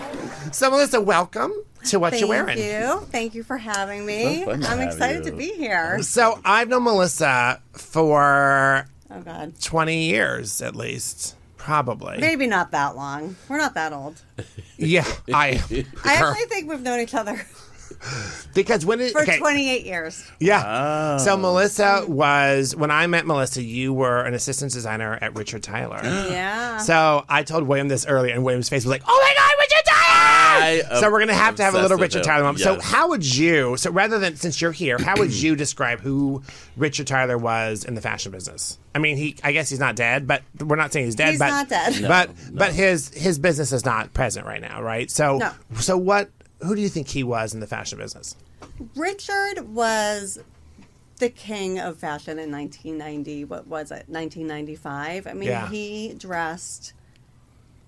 Speaker 1: So Melissa, welcome to what you're
Speaker 3: Thank
Speaker 1: wearing.
Speaker 3: you. Thank you for having me.
Speaker 2: So fun to
Speaker 3: I'm
Speaker 2: have
Speaker 3: excited
Speaker 2: you.
Speaker 3: to be here.
Speaker 1: So I've known Melissa for
Speaker 3: Oh God.
Speaker 1: 20 years at least, probably.
Speaker 3: Maybe not that long. We're not that old.
Speaker 1: Yeah, I
Speaker 3: I actually think we've known each other
Speaker 1: because when it
Speaker 3: for
Speaker 1: okay,
Speaker 3: 28 years.
Speaker 1: yeah.
Speaker 2: Oh.
Speaker 1: So Melissa was when I met Melissa, you were an assistant designer at Richard Tyler.
Speaker 3: Yeah.
Speaker 1: So I told William this earlier, and William's face was like, "Oh my God, Richard Tyler!"
Speaker 2: I am
Speaker 1: so we're gonna have to have a little
Speaker 2: obsessed
Speaker 1: Richard
Speaker 2: with
Speaker 1: Tyler
Speaker 2: him,
Speaker 1: moment. So
Speaker 2: yes.
Speaker 1: how would you? So rather than since you're here, how would you describe who Richard Tyler was in the fashion business? I mean, he. I guess he's not dead, but we're not saying he's dead.
Speaker 3: He's
Speaker 1: but,
Speaker 3: not dead. No,
Speaker 1: but but his his business is not present right now, right? So
Speaker 3: No.
Speaker 1: so what? Who do you think he was in the fashion business?
Speaker 3: Richard was the king of fashion in 1990. What was it? 1995. I mean,
Speaker 1: Yeah.
Speaker 3: he dressed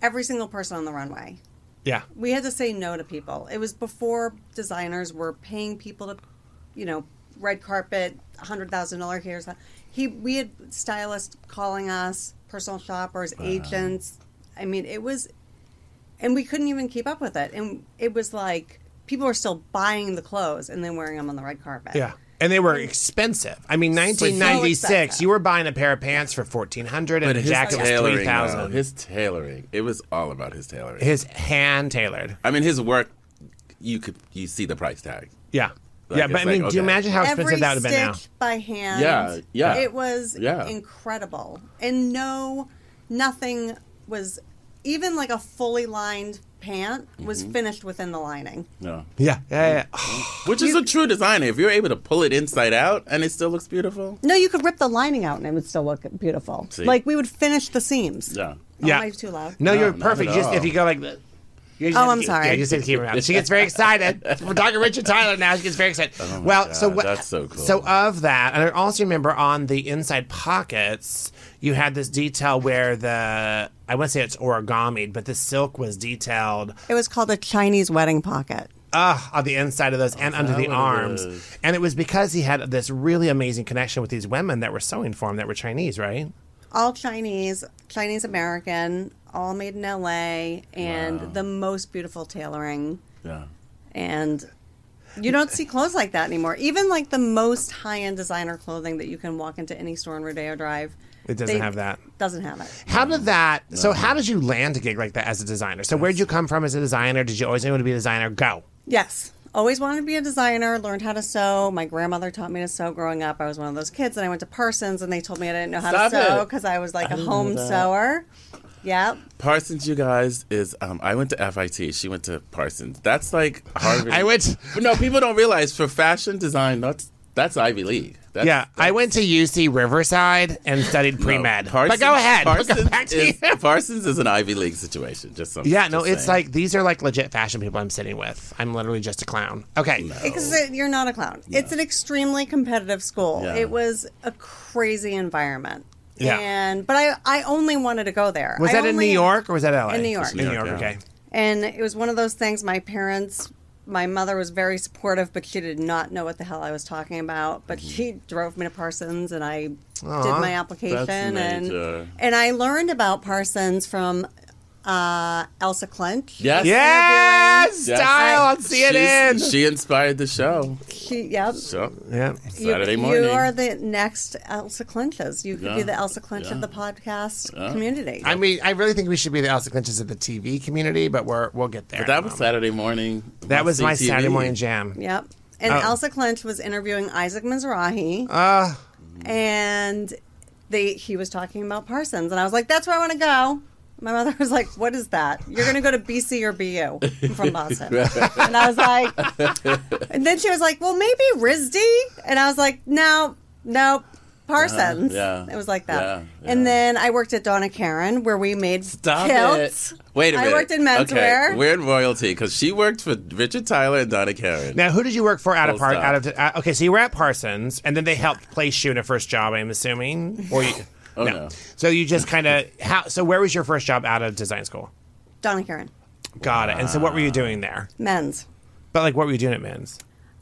Speaker 3: every single person on the runway.
Speaker 1: Yeah.
Speaker 3: we had to say no to people. It was before designers were paying people to, you know, red carpet, hundred thousand dollar here's that. He we had stylists calling us, personal shoppers, agents. I mean, it was, and we couldn't even keep up with it. And it was like people were still buying the clothes and then wearing them on the red carpet.
Speaker 1: Yeah. And they were expensive. I mean, 1996,
Speaker 3: expensive.
Speaker 1: you were buying a pair of pants for 1400 and a jacket was
Speaker 2: tailoring, though,
Speaker 1: 3000
Speaker 2: His tailoring. It was all about his tailoring.
Speaker 1: His hand tailored.
Speaker 2: I mean, his work. You could you see the price tag.
Speaker 1: Yeah.
Speaker 2: Like,
Speaker 1: yeah, but I
Speaker 2: it's
Speaker 1: mean,
Speaker 2: like,
Speaker 1: do you
Speaker 2: okay.
Speaker 1: imagine how
Speaker 3: Every
Speaker 1: expensive that would have
Speaker 3: stitch
Speaker 1: been now?
Speaker 3: by hand.
Speaker 2: Yeah, yeah.
Speaker 3: It was
Speaker 2: Yeah.
Speaker 3: incredible, and no, nothing was even like a fully lined pant was
Speaker 2: Mm-hmm.
Speaker 3: finished within the lining.
Speaker 2: No.
Speaker 1: Yeah. Yeah, yeah. Oh,
Speaker 2: Which is a true designer. If you're able to pull it inside out and it still looks beautiful.
Speaker 3: No, you could rip the lining out and it would still look beautiful.
Speaker 2: See?
Speaker 3: Like we would finish the seams.
Speaker 2: Yeah.
Speaker 3: Oh,
Speaker 1: Yeah.
Speaker 3: am I too loud?
Speaker 1: No,
Speaker 2: No,
Speaker 1: you're
Speaker 2: not
Speaker 1: perfect.
Speaker 2: at
Speaker 1: You just, if
Speaker 2: all.
Speaker 1: you go like this. You just
Speaker 3: Oh,
Speaker 1: have to
Speaker 3: I'm
Speaker 1: keep-
Speaker 3: sorry.
Speaker 1: Yeah, you just have to keep her out. She gets very excited. We're talking Richard Tyler now. She gets very excited.
Speaker 2: my
Speaker 1: well, so
Speaker 2: God,
Speaker 1: what?
Speaker 2: that's so cool.
Speaker 1: of that, and I also remember on the inside pockets, you had this detail where the I wouldn't say it's origami, but the silk was detailed
Speaker 3: It was called a Chinese wedding pocket.
Speaker 1: uh, on the inside of those and under
Speaker 2: Oh, that
Speaker 1: the
Speaker 2: what it
Speaker 1: arms.
Speaker 2: is?
Speaker 1: And it was because he had this really amazing connection with these women that were sewing for him that were Chinese, right?
Speaker 3: All Chinese, Chinese American, all made in LA, and the most beautiful tailoring.
Speaker 2: Yeah.
Speaker 3: And you don't see clothes like that anymore. Even like the most high end designer clothing that you can walk into any store in Rodeo Drive.
Speaker 1: It doesn't have that.
Speaker 3: Doesn't have it.
Speaker 1: How did that? So how did you land a gig like that as a designer? So where would you come from as a designer? Did you always know to be a designer? Go.
Speaker 3: Yes. Always wanted to be a designer, learned how to sew. My grandmother taught me to sew growing up. I was one of those kids, and I went to Parsons, and they told me I didn't know how
Speaker 2: Stop
Speaker 3: to sew
Speaker 2: it.
Speaker 3: because I was like a
Speaker 2: didn't know
Speaker 3: home
Speaker 2: that. Oh.
Speaker 3: sewer. Yeah.
Speaker 2: Parsons, you guys, is um, I went to FIT. She went to Parsons. That's like Harvard.
Speaker 1: I went-
Speaker 2: No, people don't realize for fashion design, that's that's Ivy League. That's,
Speaker 1: yeah, I went to UC Riverside and studied
Speaker 2: no,
Speaker 1: pre med. but go ahead. Go back to
Speaker 2: is,
Speaker 1: you.
Speaker 2: Parsons is an Ivy League situation. Just something.
Speaker 1: Yeah, no, it's like these are like legit fashion people I'm sitting with. I'm literally just a clown. Okay.
Speaker 3: Because it- you're not a clown. It's an extremely competitive school.
Speaker 2: Yeah.
Speaker 3: It was a crazy environment.
Speaker 1: Yeah.
Speaker 3: And but I I only wanted to go there.
Speaker 1: Was
Speaker 3: I
Speaker 1: that in New
Speaker 3: only-
Speaker 1: York or was that LA?
Speaker 3: In New York.
Speaker 1: In New York,
Speaker 2: Yeah.
Speaker 1: okay.
Speaker 3: And it was one of those things my parents my mother was very supportive, but she did not know what the hell I was talking about. But
Speaker 2: Mm-hmm.
Speaker 3: she drove me to Parsons, and I
Speaker 1: Aw,
Speaker 3: did my application,
Speaker 2: major.
Speaker 3: and and I learned about Parsons from uh, Elsa Clinch.
Speaker 2: Yes.
Speaker 1: Yes!
Speaker 2: Yes.
Speaker 1: Style on
Speaker 2: She's-
Speaker 1: CNN!
Speaker 2: She inspired the show.
Speaker 3: She, yep.
Speaker 2: So
Speaker 1: yeah.
Speaker 3: You-
Speaker 2: Saturday
Speaker 3: you,
Speaker 2: morning.
Speaker 3: are the next Elsa Clinches. You could be
Speaker 2: Yeah,
Speaker 3: the Elsa Clinch
Speaker 2: yeah.
Speaker 3: of the podcast community.
Speaker 1: I mean, I really think we should be the Elsa Clinches of the TV community, but we're, we'll get there.
Speaker 2: that was Saturday morning.
Speaker 1: Um, That
Speaker 2: on
Speaker 1: was my
Speaker 2: CTV.
Speaker 1: Saturday morning jam.
Speaker 3: yep. And
Speaker 1: Oh.
Speaker 3: Elsa Clinch was interviewing Isaac Mizrahi,
Speaker 1: Uh,
Speaker 3: and they he was talking about Parsons, and I was like, "That's where I want to go." My mother was like, "What is that? You're going to go to BC or BU?" I'm from Boston, and I was like, and then she was like, "Well, maybe RISD," and I was like, "No, no." Parsons.
Speaker 2: Uh-huh, yeah.
Speaker 3: It was like that.
Speaker 2: Yeah, yeah.
Speaker 3: And then I worked at Donna Karen where we made
Speaker 2: Stop
Speaker 3: kilts.
Speaker 2: it. Wait a
Speaker 3: I
Speaker 2: minute.
Speaker 3: worked in menswear.
Speaker 2: Okay, we're in royalty because she worked for Richard Tyler and Donna Karen.
Speaker 1: Now, who did you work for out of
Speaker 2: Full
Speaker 1: part
Speaker 2: stop.
Speaker 1: out of? Uh, okay, so you were at Parsons, and then they helped place you in a first job. I'm assuming, or you,
Speaker 2: Oh, no.
Speaker 1: So you just kind of how? So where was your first job out of design school?
Speaker 3: Donna Karen.
Speaker 1: Got it. And so what were you doing there?
Speaker 3: Men's.
Speaker 1: But like, what were you doing at Men's?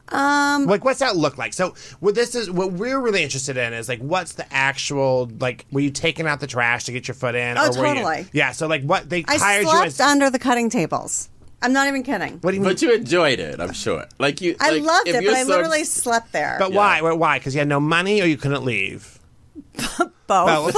Speaker 3: Um,
Speaker 1: Like, what's that look like? So what this is what we're really interested in is like, what's the actual like? Were you taking out the trash to get your foot in?
Speaker 3: Oh,
Speaker 1: or were you-
Speaker 3: totally.
Speaker 1: yeah. So like, what they
Speaker 3: I
Speaker 1: hired you
Speaker 3: slept
Speaker 1: as?
Speaker 3: under the cutting tables. I'm not even kidding.
Speaker 1: what do you mean?
Speaker 2: But you enjoyed it, I'm sure. Like you,
Speaker 3: I
Speaker 2: like,
Speaker 3: loved
Speaker 2: if
Speaker 3: it,
Speaker 2: you're
Speaker 3: but I
Speaker 2: so-
Speaker 3: literally slept there.
Speaker 1: But why? why? Why? Because you had no money, or you couldn't leave.
Speaker 3: both.
Speaker 1: Oh,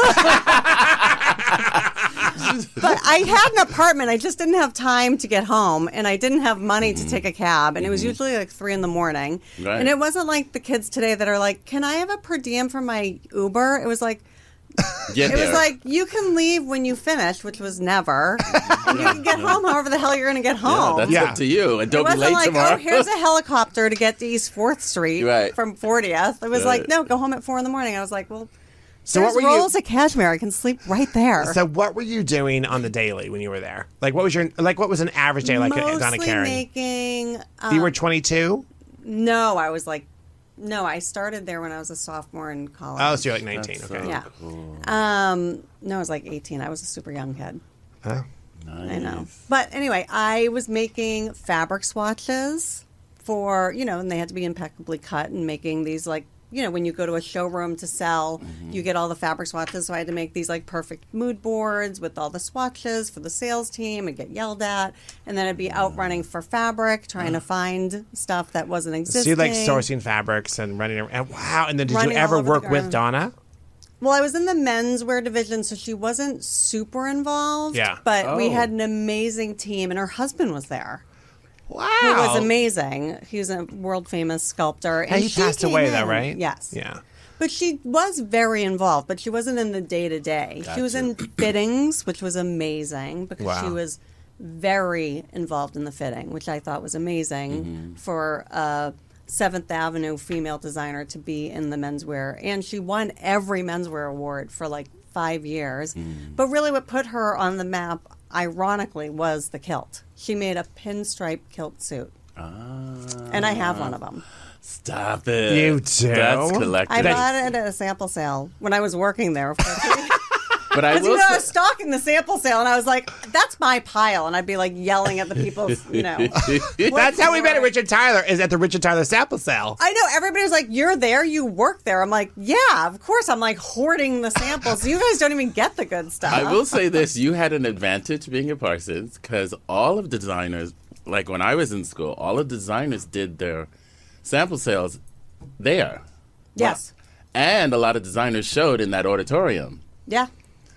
Speaker 3: But I had an apartment. I just didn't have time to get home, and I didn't have money to take a cab. And it was usually like three in the morning.
Speaker 2: Mm-hmm. Right.
Speaker 3: And it wasn't like the kids today that are like, "Can I have a per diem for my Uber?" It was like.
Speaker 2: Get
Speaker 3: It was
Speaker 2: there.
Speaker 3: like you can leave when you finish, which was never. and you can get home however the hell you're going to get
Speaker 2: yeah,
Speaker 3: home.
Speaker 2: that's
Speaker 1: Yeah.
Speaker 2: up to you, and
Speaker 3: oh. It
Speaker 2: don't be
Speaker 3: wasn't
Speaker 2: late
Speaker 3: like,
Speaker 2: tomorrow.
Speaker 3: oh, here's a helicopter to get to East Fourth Street
Speaker 2: Right.
Speaker 3: from 40th. It was
Speaker 2: Right.
Speaker 3: like, no, go home at four in the morning. I was like, well,
Speaker 1: So
Speaker 3: there's
Speaker 1: what were you-
Speaker 3: rolls of cashmere. I can sleep right there.
Speaker 1: So what were you doing on the daily when you were there? Like what was your like what was an average day like at Donna
Speaker 3: Mostly
Speaker 1: Karen?
Speaker 3: making. Uh,
Speaker 1: you were 22?
Speaker 3: no, I was like, no, I started there when I was a sophomore in college.
Speaker 1: Oh, so you're like 19. okay.
Speaker 3: yeah. Um, no, I was like 18. I was a super young kid. I know. But anyway, I was making fabric swatches for, you know, and they had to be impeccably cut and making these like, you know, when you go to a showroom to sell,
Speaker 1: Mm-hmm.
Speaker 3: you get all the fabric swatches. So I had to make these like perfect mood boards with all the swatches for the sales team and get yelled at. And then I'd be out running for fabric, trying to find stuff that wasn't
Speaker 1: So
Speaker 3: existing.
Speaker 1: you like sourcing fabrics and running around. And wow. And then did
Speaker 3: Running
Speaker 1: you
Speaker 3: all
Speaker 1: ever
Speaker 3: over the
Speaker 1: work with
Speaker 3: ground.
Speaker 1: Donna?
Speaker 3: Well, I was in the menswear division, so she wasn't super involved.
Speaker 1: Yeah.
Speaker 3: But we
Speaker 2: Oh.
Speaker 3: had an amazing team, and her husband was there.
Speaker 1: Wow.
Speaker 3: He was amazing. He was a world famous sculptor. And
Speaker 1: And he
Speaker 3: she
Speaker 1: passed
Speaker 3: came
Speaker 1: away though,
Speaker 3: in-
Speaker 1: right?
Speaker 3: Yes.
Speaker 1: Yeah.
Speaker 3: But she was very involved, but she wasn't in the day to day. She was in fittings, which was amazing because she
Speaker 1: Wow.
Speaker 3: was very involved in the fitting, which I thought was amazing for a Seventh Avenue female designer to be in the menswear. And she won every menswear award for like five years. But really, what put her on the map, ironically, was the kilt. She made a pinstripe kilt suit,
Speaker 2: Ah,
Speaker 3: and I have one of them.
Speaker 2: stop it.
Speaker 1: You do?
Speaker 2: That's
Speaker 3: I
Speaker 2: collective.
Speaker 3: bought it at a sample sale when I was working there. Of course.
Speaker 2: but I
Speaker 3: Because you
Speaker 2: will
Speaker 3: know, I
Speaker 2: say,
Speaker 3: was stalking the sample sale, and I was like, "That's my pile," and I'd be like yelling at the people, you know.
Speaker 1: That's how we met at Richard Tyler. Is at the Richard Tyler sample sale.
Speaker 3: I know everybody was like, "You're there, you work there." I'm like, "Yeah, of course." I'm like hoarding the samples. You guys don't even get the good stuff.
Speaker 2: I will say this: you had an advantage being at Parsons because all of the designers, like when I was in school, all of the designers did their sample sales there,
Speaker 3: Yes.
Speaker 2: and a lot of designers showed in that auditorium.
Speaker 3: Yeah.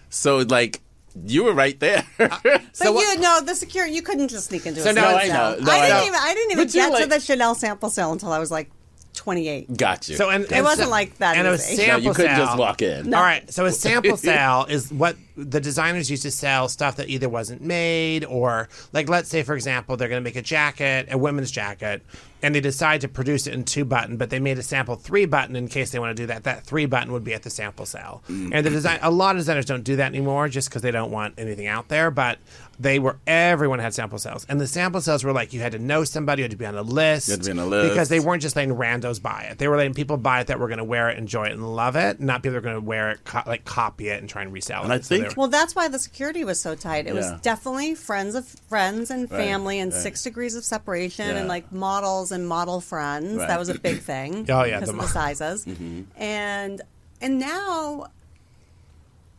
Speaker 2: So like, you were right there.
Speaker 3: But
Speaker 1: So
Speaker 3: you
Speaker 1: what-
Speaker 3: know the security, you couldn't just sneak into
Speaker 1: So
Speaker 3: a
Speaker 1: no,
Speaker 3: sample
Speaker 1: I
Speaker 3: sale.
Speaker 2: know. No, I
Speaker 3: I didn't
Speaker 2: know.
Speaker 3: even I didn't even
Speaker 2: But you
Speaker 3: get to
Speaker 2: like-
Speaker 3: the Chanel sample sale until I was like 28.
Speaker 2: Got you.
Speaker 1: So and,
Speaker 3: It wasn't like that
Speaker 1: And it was
Speaker 3: easy.
Speaker 2: no,
Speaker 1: sample
Speaker 2: you couldn't
Speaker 1: sale.
Speaker 2: just walk in.
Speaker 1: All right. So a sample sale is what the designers used to sell stuff that either wasn't made or, like, let's say, for example, they're going to make a jacket, a women's jacket, and they decide to produce it in two button, but they made a sample three button in case they want to do that. That three button would be at the sample sale.
Speaker 2: Mm.
Speaker 1: And the design, a lot of designers don't do that anymore just because they don't want anything out there, but they were, everyone had sample sales. And the sample sales were like, you had to know somebody, you had to be on a list.
Speaker 2: You had to be on a list.
Speaker 1: Because they weren't just letting randos buy it. They were letting people buy it that were going to wear it, enjoy it, and love it. Not people that are going to wear it, co- like copy it, and try and resell
Speaker 2: And
Speaker 1: it.
Speaker 2: I
Speaker 1: So they
Speaker 2: think-
Speaker 1: were-
Speaker 3: Well, that's why the security was so tight. It was
Speaker 2: Yeah.
Speaker 3: definitely friends of friends and family and
Speaker 2: right.
Speaker 3: six degrees of separation
Speaker 2: Yeah.
Speaker 3: and like models and model friends.
Speaker 2: Right.
Speaker 3: That was a big thing.
Speaker 1: Oh, yeah,
Speaker 3: because
Speaker 1: the
Speaker 3: of
Speaker 1: mo-
Speaker 3: the sizes. And and now,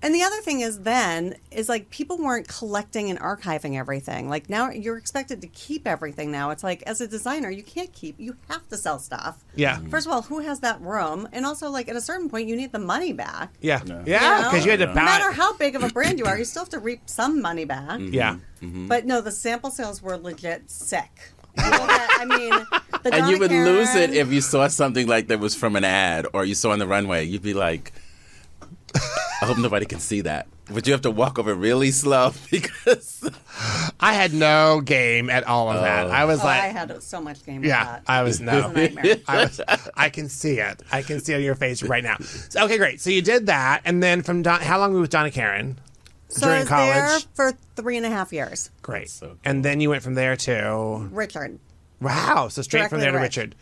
Speaker 3: and the other thing is then is like people weren't collecting and archiving everything. Like now you're expected to keep everything. Now it's like as a designer you can't keep. You have to sell stuff.
Speaker 1: Yeah.
Speaker 3: First of all, who has that room? And also, like at a certain point, you need the money back.
Speaker 1: yeah,
Speaker 2: No.
Speaker 1: yeah, because you had to
Speaker 2: No
Speaker 1: buy.
Speaker 3: No matter how big of a brand you are, you still have to reap some money back.
Speaker 2: Mm-hmm.
Speaker 1: yeah,
Speaker 3: But no, the sample sales were legit sick. Well, that- I mean, the
Speaker 2: And you
Speaker 3: Donna
Speaker 2: would lose it
Speaker 3: Karan-
Speaker 2: if you saw something like that was from an ad or you saw on the runway. You'd be like, I hope nobody can see that. But you have to walk over really slow because
Speaker 1: I had no game at all of that. I was
Speaker 3: Oh,
Speaker 1: like,
Speaker 3: I had so much game.
Speaker 1: yeah,
Speaker 3: with that.
Speaker 1: I was
Speaker 3: It was a
Speaker 1: no.
Speaker 3: nightmare.
Speaker 1: I, was, I can see it. I can see it on your face right now. So, okay, great. So you did that, and then from Don, how long were you with Donna Karen?
Speaker 3: so I
Speaker 1: During
Speaker 3: was there
Speaker 1: college.
Speaker 3: for three and a half years.
Speaker 1: Great.
Speaker 2: so cool.
Speaker 1: And then you went from there to
Speaker 3: Richard,
Speaker 1: wow. So straight from
Speaker 3: Directly
Speaker 1: there to
Speaker 3: to
Speaker 1: Richard.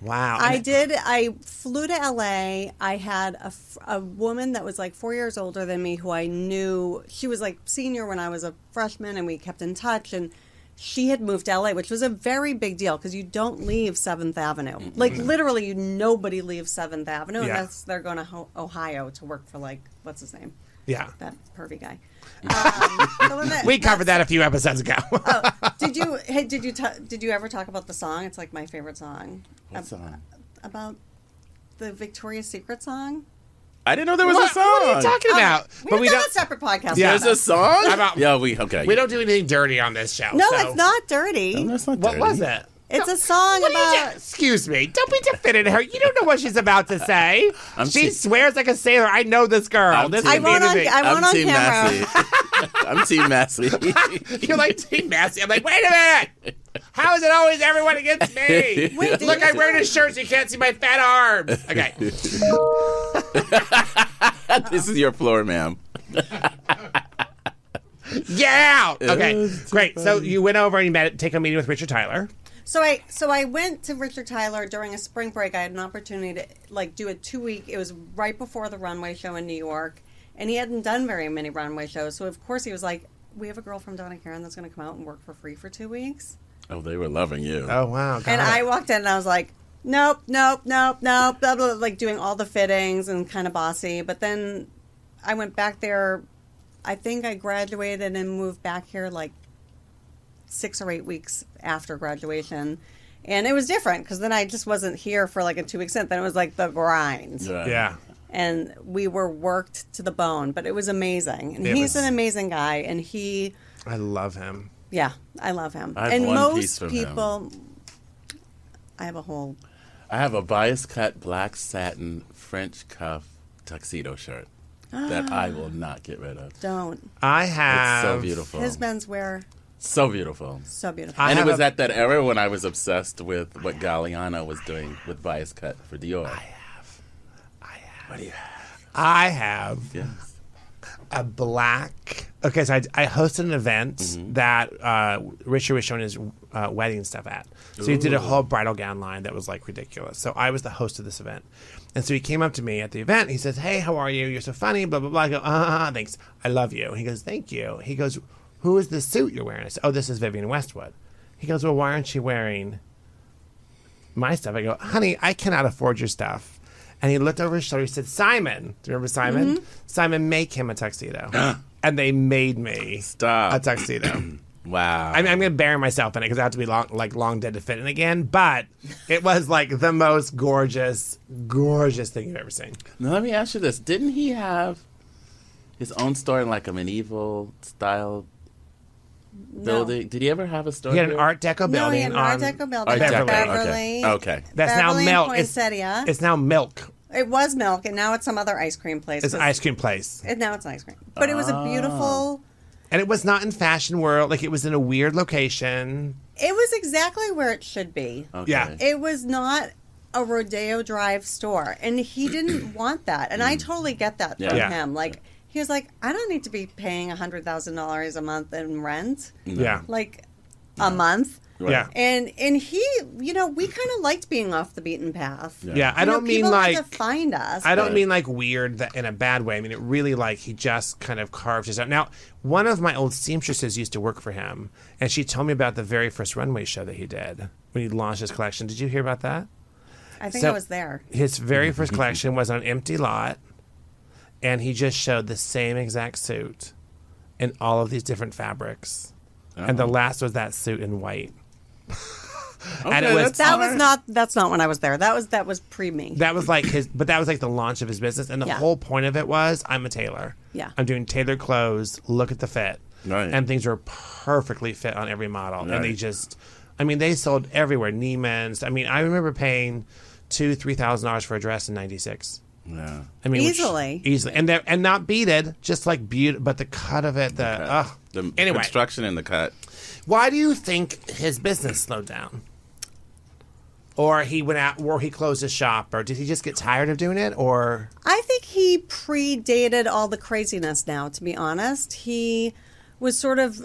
Speaker 1: Wow.
Speaker 3: I
Speaker 1: And-
Speaker 3: did. I flew to LA. I had a, f- a woman that was like four years older than me who I knew. She was like senior when I was a freshman, and we kept in touch. And she had moved to LA, which was a very big deal because you don't leave Seventh Avenue. Like literally, you nobody leaves Seventh Avenue
Speaker 1: Yeah.
Speaker 3: unless they're going to Ho- Ohio to work for like what's his name,
Speaker 1: Yeah.
Speaker 3: that pervy guy. Um, the one that-
Speaker 1: We covered that a few episodes ago.
Speaker 3: did you hey, did you ta- did you ever talk about the song? It's like my favorite song. Ab-
Speaker 2: song?
Speaker 3: About the Victoria's Secret song. Um,
Speaker 2: I didn't know there was a
Speaker 1: What-
Speaker 2: song.
Speaker 1: what are you talking about?
Speaker 3: We
Speaker 1: but
Speaker 3: have
Speaker 1: we
Speaker 3: done
Speaker 1: don't.
Speaker 3: a separate
Speaker 1: Yeah.
Speaker 3: podcast. Yeah.
Speaker 2: There's a song?
Speaker 1: About-
Speaker 2: yeah, we okay.
Speaker 1: We don't do anything dirty on this show.
Speaker 3: No,
Speaker 1: so-
Speaker 3: it's not dirty.
Speaker 2: No, it's not
Speaker 1: What
Speaker 2: dirty.
Speaker 1: was it?
Speaker 3: It's a song
Speaker 1: What are you
Speaker 3: about.
Speaker 1: do- Excuse me. Don't be defending her. You don't know what she's about to say.
Speaker 2: I'm
Speaker 1: she
Speaker 2: te-
Speaker 1: swears like a sailor. I know this girl.
Speaker 2: I'm
Speaker 1: this
Speaker 2: te-
Speaker 1: could
Speaker 3: I
Speaker 1: be
Speaker 3: won't on.
Speaker 1: anything.
Speaker 3: I
Speaker 2: I'm
Speaker 3: won't on
Speaker 2: Team
Speaker 3: camera.
Speaker 2: Massey. I'm Team Massey.
Speaker 1: You're like Team Massey. I'm like, wait a minute. How is it always everyone against me?
Speaker 2: Wait,
Speaker 3: did
Speaker 1: Look,
Speaker 3: you
Speaker 1: I'm wearing a shirt so you can't see my fat arms. Okay.
Speaker 2: this is your floor, ma'am.
Speaker 1: Yeah. Okay.
Speaker 2: was too
Speaker 1: Great. So you went over and you met, take a meeting with Richard Tyler.
Speaker 3: So I so I went to Richard Tyler during a spring break. I had an opportunity to like do a two week. It was right before the runway show in New York, and he hadn't done very many runway shows. So of course he was like, "We have a girl from Donna Karen that's going to come out and work for free for two weeks."
Speaker 2: Oh, they were loving you.
Speaker 1: Oh, wow. got
Speaker 3: and
Speaker 1: it.
Speaker 3: I walked in and I was like, "Nope, nope, nope, nope," blah, blah, blah, like doing all the fittings and kind of bossy. But then I went back there. I think I graduated and moved back here like six or eight weeks after graduation. And it was different because then I just wasn't here for like a two week stint. Then it was like the grind
Speaker 2: Right.
Speaker 1: Yeah.
Speaker 3: and we were worked to the bone, but it was amazing. And
Speaker 1: It
Speaker 3: he's
Speaker 1: was-
Speaker 3: an amazing guy, and he,
Speaker 1: I love him.
Speaker 3: yeah, I love him.
Speaker 2: I have
Speaker 3: and
Speaker 2: one
Speaker 3: most
Speaker 2: piece from him.
Speaker 3: people, I have a whole
Speaker 2: I have a bias cut black satin French cuff tuxedo shirt that
Speaker 1: Ah.
Speaker 2: I will not get rid of. It's
Speaker 3: Don't.
Speaker 1: I have.
Speaker 2: so beautiful.
Speaker 3: His men's wear
Speaker 2: So beautiful.
Speaker 3: so beautiful.
Speaker 1: Oh. I
Speaker 2: and it
Speaker 1: have
Speaker 2: was
Speaker 1: a-
Speaker 2: at that era when I was obsessed with what Galliano was doing with bias cut for Dior. I have. I have. What do you have?
Speaker 1: I have
Speaker 2: Yes.
Speaker 1: a black. Okay, so I, I hosted an event that uh, Richard was showing his uh, wedding stuff at. So he did a whole bridal gown line that was like ridiculous. So I was the host of this event, and so he came up to me at the event. He says, "Hey, how are you? You're so funny." Blah blah blah. I go, "Ah, thanks. I love you." He goes, "Thank you." He goes, "Who is this suit you're wearing?" I said, "Oh, this is Vivian Westwood." He goes, "Well, why aren't you wearing?" my stuff. I go, honey, I cannot afford your stuff. And he looked over his shoulder. He said, Simon, do you remember Simon?
Speaker 3: Mm-hmm.
Speaker 1: Simon, make him a tuxedo. and they made me
Speaker 2: Stop.
Speaker 1: a tuxedo.
Speaker 2: wow.
Speaker 1: I mean, I'm going to bury myself in it because I have to be long, like long dead to fit in again. But it was like the most gorgeous, gorgeous thing you've ever seen.
Speaker 2: now let me ask you this: Didn't he have his own store in like a medieval style building? Did he ever have a store?
Speaker 1: He had an
Speaker 2: here?
Speaker 1: Art Deco
Speaker 3: No,
Speaker 1: building.
Speaker 3: he had an
Speaker 1: on-
Speaker 3: Art Deco building.
Speaker 2: Art Deco,
Speaker 3: Beverly.
Speaker 1: okay,
Speaker 2: okay, okay.
Speaker 1: That's
Speaker 3: Beverly
Speaker 1: now milk.
Speaker 3: And
Speaker 1: It's,
Speaker 3: poinsettia.
Speaker 1: it's now milk.
Speaker 3: it was milk, and now it's some other ice cream place.
Speaker 1: It's an
Speaker 3: 'cause-
Speaker 1: ice cream place.
Speaker 3: and now it's an ice cream. But it was
Speaker 1: Ah.
Speaker 3: a beautiful.
Speaker 1: And it was not in fashion world. Like it was in a weird location.
Speaker 3: It was exactly where it should be.
Speaker 2: Okay.
Speaker 1: Yeah.
Speaker 3: It was not a Rodeo Drive store, and he didn't want that. And I totally get that
Speaker 2: Yeah.
Speaker 3: from
Speaker 1: Mm. Yeah.
Speaker 3: him. Like he was like, I don't need to be paying hundred thousand dollars a month in rent,
Speaker 1: Yeah.
Speaker 3: like a month.
Speaker 2: Right.
Speaker 1: Yeah.
Speaker 3: And and he, you know, we kind of liked being off the beaten path.
Speaker 2: Yeah.
Speaker 1: Yeah, I
Speaker 3: You know,
Speaker 1: don't mean
Speaker 3: people had
Speaker 1: like
Speaker 3: to find us.
Speaker 1: I don't
Speaker 2: Right.
Speaker 1: mean like weird that in a bad way. I mean it really like he just kind of carved his out. Now, one of my old seamstresses used to work for him, and she told me about the very first runway show that he did when he launched his collection. Did you hear about that?
Speaker 3: I think
Speaker 1: so-
Speaker 3: I was there.
Speaker 1: His very first collection was on an empty lot, and he just showed the same exact suit in all of these different fabrics, and
Speaker 2: Oh.
Speaker 1: the last was that suit in white. and it was
Speaker 2: Okay, that's-
Speaker 3: That
Speaker 2: All
Speaker 3: was
Speaker 2: right.
Speaker 3: not. That's not when I was there. That was that was pre me.
Speaker 1: That was like his, but that was like the launch of his business. And the
Speaker 3: Yeah.
Speaker 1: whole point of it was, I'm a tailor.
Speaker 3: Yeah.
Speaker 1: I'm doing tailor clothes. Look at the fit.
Speaker 2: Right.
Speaker 1: And things were perfectly fit on every model. And they
Speaker 2: Right.
Speaker 1: just, I mean, they sold everywhere. Neiman's. I mean, I remember paying two, three thousand dollars for a dress in '96.
Speaker 2: Yeah.
Speaker 1: I mean, which-
Speaker 3: Easily.
Speaker 1: easily, and they're and not beaded, just like beauty, but the cut of it. The, ugh.
Speaker 2: The
Speaker 1: anyway,
Speaker 2: construction in the cut.
Speaker 1: why do you think his business slowed down? Or he went out, or he closed his shop, or did he just get tired of doing it? Or
Speaker 3: I think he predated all the craziness now, to be honest. He was sort of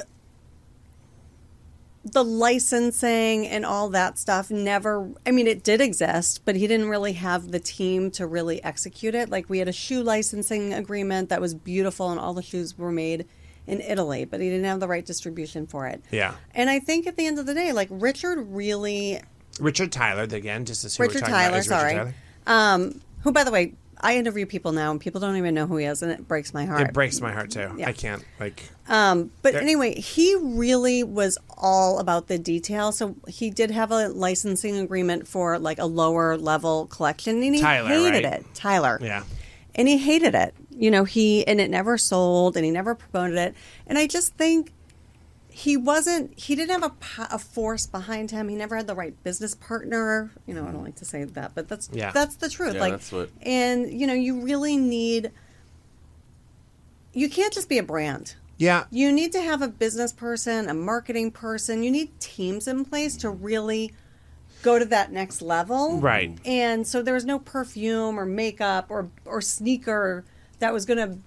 Speaker 3: the licensing and all that stuff never I mean it did exist, but he didn't really have the team to really execute it. Like we had a shoe licensing agreement that was beautiful and all the shoes were made in Italy, but he didn't have the right distribution for it.
Speaker 1: Yeah.
Speaker 3: And I think at the end of the day, like Richard really
Speaker 1: Richard Tyler again, just as who
Speaker 3: Richard
Speaker 1: we're talking about
Speaker 3: Tyler,
Speaker 1: is Richard
Speaker 3: sorry.
Speaker 1: Tyler.
Speaker 3: Um, who, by the way, I interview people now, and people don't even know who he is, and it breaks my heart.
Speaker 1: It breaks my heart too.
Speaker 3: Yeah.
Speaker 1: I can't like.
Speaker 3: um, but
Speaker 1: There-
Speaker 3: anyway, he really was all about the detail. So he did have a licensing agreement for like a lower level collection, and he
Speaker 1: Tyler,
Speaker 3: hated
Speaker 1: right?
Speaker 3: it. Tyler,
Speaker 1: Yeah.
Speaker 3: and he hated it. You know, he and it never sold, and he never promoted it. And I just think he wasn't he didn't have a, po- a force behind him he never had the right business partner you know i don't like to say that but that's
Speaker 1: Yeah.
Speaker 3: that's the truth
Speaker 2: Yeah,
Speaker 3: like
Speaker 2: that's what-
Speaker 3: and you know you really need you can't just be a brand
Speaker 1: Yeah,
Speaker 3: Uh, you need to have a business person a marketing person you need teams in place to really go to that next level
Speaker 1: Right.
Speaker 3: and so there was no perfume or makeup or or sneaker that was going to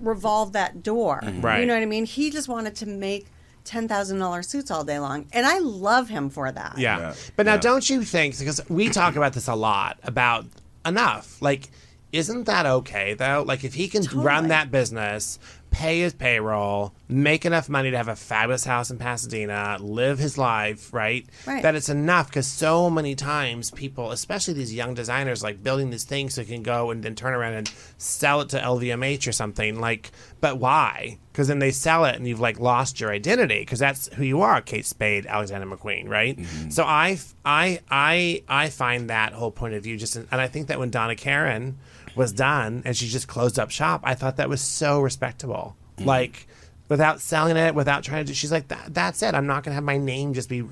Speaker 3: revolve that door
Speaker 1: Mm-hmm. Right.
Speaker 3: you know what i mean he just wanted to make $10000 suits all day long and i love him for that
Speaker 1: yeah.
Speaker 2: Yeah.
Speaker 1: But now,
Speaker 2: Yeah.
Speaker 1: don't you think? Because we talk about this a lot about enough. Like, isn't that okay though? Like, if he can run
Speaker 3: Totally.
Speaker 1: that business, pay his payroll, make enough money to have a fabulous house in Pasadena, live his life, right?
Speaker 3: Right.
Speaker 1: That it's enough. Because so many times, people, especially these young designers, like building these things so they can go and then turn around and sell it to LVMH or something. Like, but why? Because then they sell it and you've like lost your identity because that's who you are, Kate Spade, Alexander McQueen, right? So I, I, I, I find that whole point of view just, and I think that when Donna Karen was done and she just closed up shop, I thought that was so respectable. Like, without selling it, without trying to do, she's like, that, that's it. I'm not going to have my name just be